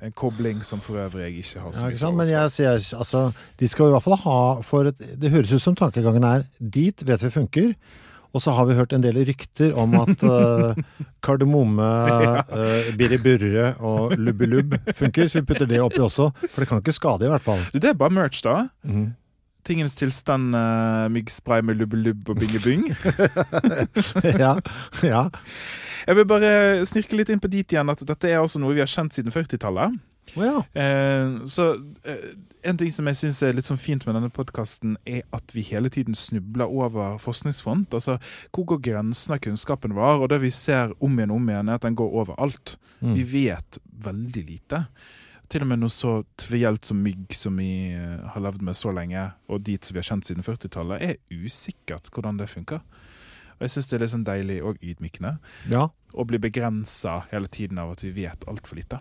[SPEAKER 2] En kobling som for øvrig jeg ikke har så
[SPEAKER 1] Ja,
[SPEAKER 2] mye
[SPEAKER 1] ikke sant? Men
[SPEAKER 2] til å
[SPEAKER 1] jeg, sier- altså, de skal i hvert fall ha for et, Det høres ut som tankegangen er dit vet vi funker. Og så har vi hørt en del rykter om at eh, kardemomme, uh, Birri Burre og Lubbelubb funker. Så vi putter det oppi også, for det kan ikke skade i hvert fall.
[SPEAKER 2] Du, det er bare merch, da.
[SPEAKER 1] Mhm.
[SPEAKER 2] Tingenes tilstand, eh, myggspray med lubbelubb og bingebing.
[SPEAKER 1] ja, ja.
[SPEAKER 2] Jeg vil bare snirke litt inn på dit igjen, at dette er altså noe vi har kjent siden 40-tallet.
[SPEAKER 1] Å ja.
[SPEAKER 2] Eh, så eh, en ting som jeg syns er litt sånn fint med denne podkasten, er at vi hele tiden snubler over forskningsfront. Altså, hvor går grensen av kunnskapen vår? Og det vi ser om igjen og om igjen, er at den går overalt. Vi vet veldig lite. Til og med noe så trivielt som mygg, som vi eh, har levd med så lenge, og dit som vi har kjent siden 40-tallet, er usikkert hvordan det funker. Og jeg syns det er litt sånn deilig og ydmykende
[SPEAKER 1] ja.
[SPEAKER 2] og blir begrensa hele tiden av at vi vet altfor lite.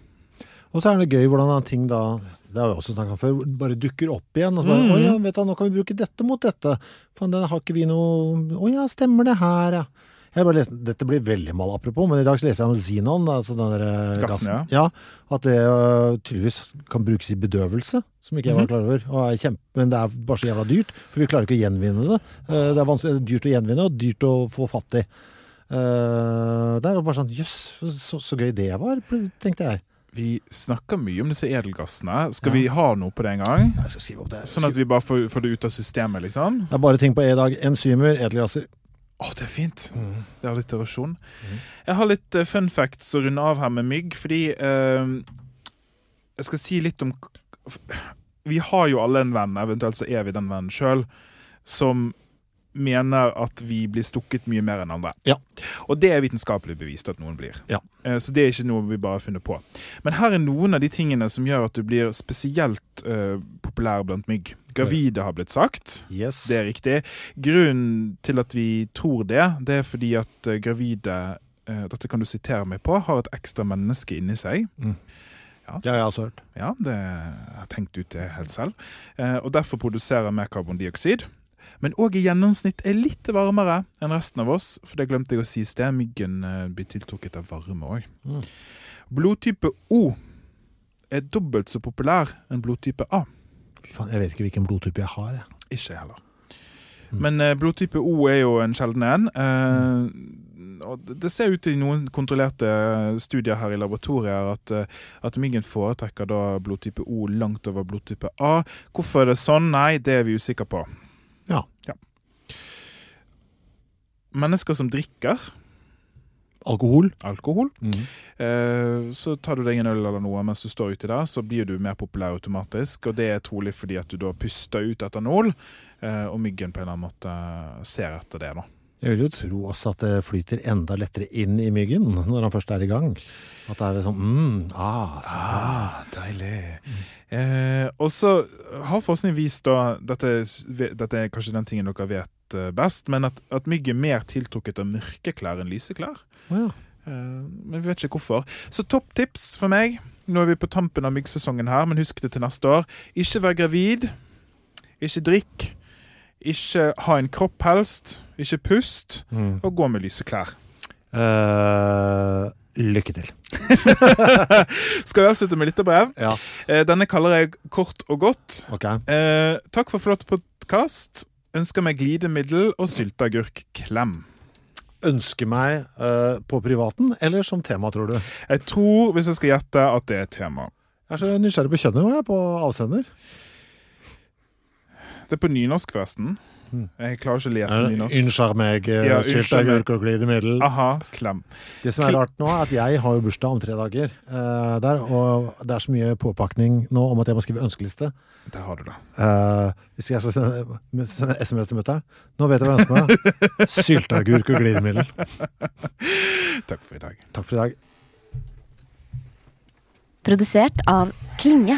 [SPEAKER 1] Og så er det gøy hvordan ting da det har vi også snakket om før, bare dukker opp igjen. Og så bare, «Å ja, vet du, nå kan vi bruke dette mot dette. Faen, den har ikke vi noe Å ja, stemmer det her, ja. Jeg bare leste, dette blir veldig mal apropos, men i dag så leser jeg om xenon. altså den der eh,
[SPEAKER 2] Gassen,
[SPEAKER 1] gassen. Ja. At det øh, tydeligvis kan brukes i bedøvelse, som ikke jeg var klar over. Og er kjempe, men det er bare så jævla dyrt, for vi klarer ikke å gjenvinne det. Eh, Det er, vanskelig, det er dyrt å gjenvinne og dyrt å få fatt i. Eh, der, og bare sånn, jøss, så, så gøy det var, tenkte jeg.
[SPEAKER 2] Vi snakker mye om disse edelgassene. Skal vi ha noe på det en gang?
[SPEAKER 1] Jeg skal skrive opp det.
[SPEAKER 2] Sånn at vi bare får, får det ut av systemet, liksom?
[SPEAKER 1] Det er bare ting på E i dag. Enzymer, edelgasser.
[SPEAKER 2] Å, det er fint! Det er alliterasjon. Jeg har litt eh, fun facts å runde av her med mygg, fordi eh, Jeg skal si litt om Vi har jo alle en venn, eventuelt så er vi den vennen sjøl, som mener at vi blir stukket mye mer enn andre.
[SPEAKER 1] Ja.
[SPEAKER 2] Og det er vitenskapelig bevist at noen blir.
[SPEAKER 1] Ja.
[SPEAKER 2] Eh, Så det er ikke noe vi bare har funnet på. Men her er noen av de tingene som gjør at du blir spesielt eh, populær blant mygg. Gravide har blitt sagt.
[SPEAKER 1] Yes.
[SPEAKER 2] Det er riktig. Grunnen til at vi tror det, det er fordi at eh, gravide eh, dette kan du sitere meg på, har et ekstra menneske inni seg.
[SPEAKER 1] Det har jeg også hørt.
[SPEAKER 2] Ja, det jeg har tenkt ut det helt selv. Eh, og derfor produserer mer karbondioksid. Men òg i gjennomsnitt er litt varmere enn resten av oss, for det glemte jeg å si i sted. Myggen eh, blir tiltrukket av varme òg. Blodtype O er dobbelt så populær enn blodtype A.
[SPEAKER 1] Fy faen, jeg vet ikke hvilken blodtype jeg har. jeg.
[SPEAKER 2] Ikke jeg heller. Men eh, blodtype O er jo en sjelden en. eh, og det- det ser ut i noen kontrollerte eh, studier her i laboratorier at, eh, at myggen foretrekker da blodtype O langt over blodtype A. Hvorfor er det sånn? Nei, det er vi usikre på.
[SPEAKER 1] Ja.
[SPEAKER 2] Mennesker som drikker
[SPEAKER 1] Alkohol.
[SPEAKER 2] alkohol, eh, så tar du deg en øl eller noe mens du står uti der, så blir du mer populær automatisk. Og det er trolig fordi at du da puster ut etanol, eh, og myggen på en eller annen måte ser etter det. da.
[SPEAKER 1] Jeg vil jo tro også at det flyter enda lettere inn i myggen når han først er i gang. At det er sånn mm, ah, så.
[SPEAKER 2] Ah, deilig. Eh, og så har forskning vist da dette, er s- ve- dette er kanskje den tingen dere vet eh, best, men at, at mygg er mer tiltrukket av mørke klær enn lyse klær.
[SPEAKER 1] Å ja.
[SPEAKER 2] Eh, men vi vet ikke hvorfor. Så topp tips for meg. Nå er vi på tampen av myggsesongen her, men husk det til neste år. Ikke vær gravid. Ikke drikk. Ikke ha en kropp, helst. Ikke pust.
[SPEAKER 1] Mm.
[SPEAKER 2] Og gå med lyse klær.
[SPEAKER 1] Eh, lykke til.
[SPEAKER 2] Skal vi avslutte med lytterbrev?
[SPEAKER 1] Ja.
[SPEAKER 2] Eh, denne kaller jeg Kort og godt.
[SPEAKER 1] Ok.
[SPEAKER 2] Eh, takk for flott podkast. Ønsker meg glidemiddel og sylteagurk. Klem.
[SPEAKER 1] Ønske meg eh, på privaten, eller som tema, tror du? Jeg
[SPEAKER 2] Jeg tror, hvis jeg skal gjette, at det er et tema.
[SPEAKER 1] er så nysgjerrig på kjønnet nå, jeg, på avsender.
[SPEAKER 2] Det er på nynorsk, forresten. Jeg klarer ikke å lese nynorsk.
[SPEAKER 1] Unnskyld meg,
[SPEAKER 2] Ja,
[SPEAKER 1] ja,
[SPEAKER 2] unnskyld
[SPEAKER 1] skylta
[SPEAKER 2] meg.
[SPEAKER 1] agurk og glidemiddel.
[SPEAKER 2] Aha, klem.
[SPEAKER 1] Det som er rart nå, er at jeg har jo bursdag om tre dager. eh, der, og det er så mye påpakning nå om at jeg må skrive ønskeliste.
[SPEAKER 2] Der har du det.
[SPEAKER 1] Eh, hvis jeg skal sende, sende SMS til mutter'n Nå vet jeg hva jeg ønsker meg. Sylteagurk og glidemiddel.
[SPEAKER 2] Takk for i dag.
[SPEAKER 1] Takk for i dag.
[SPEAKER 3] Produsert av Klinge.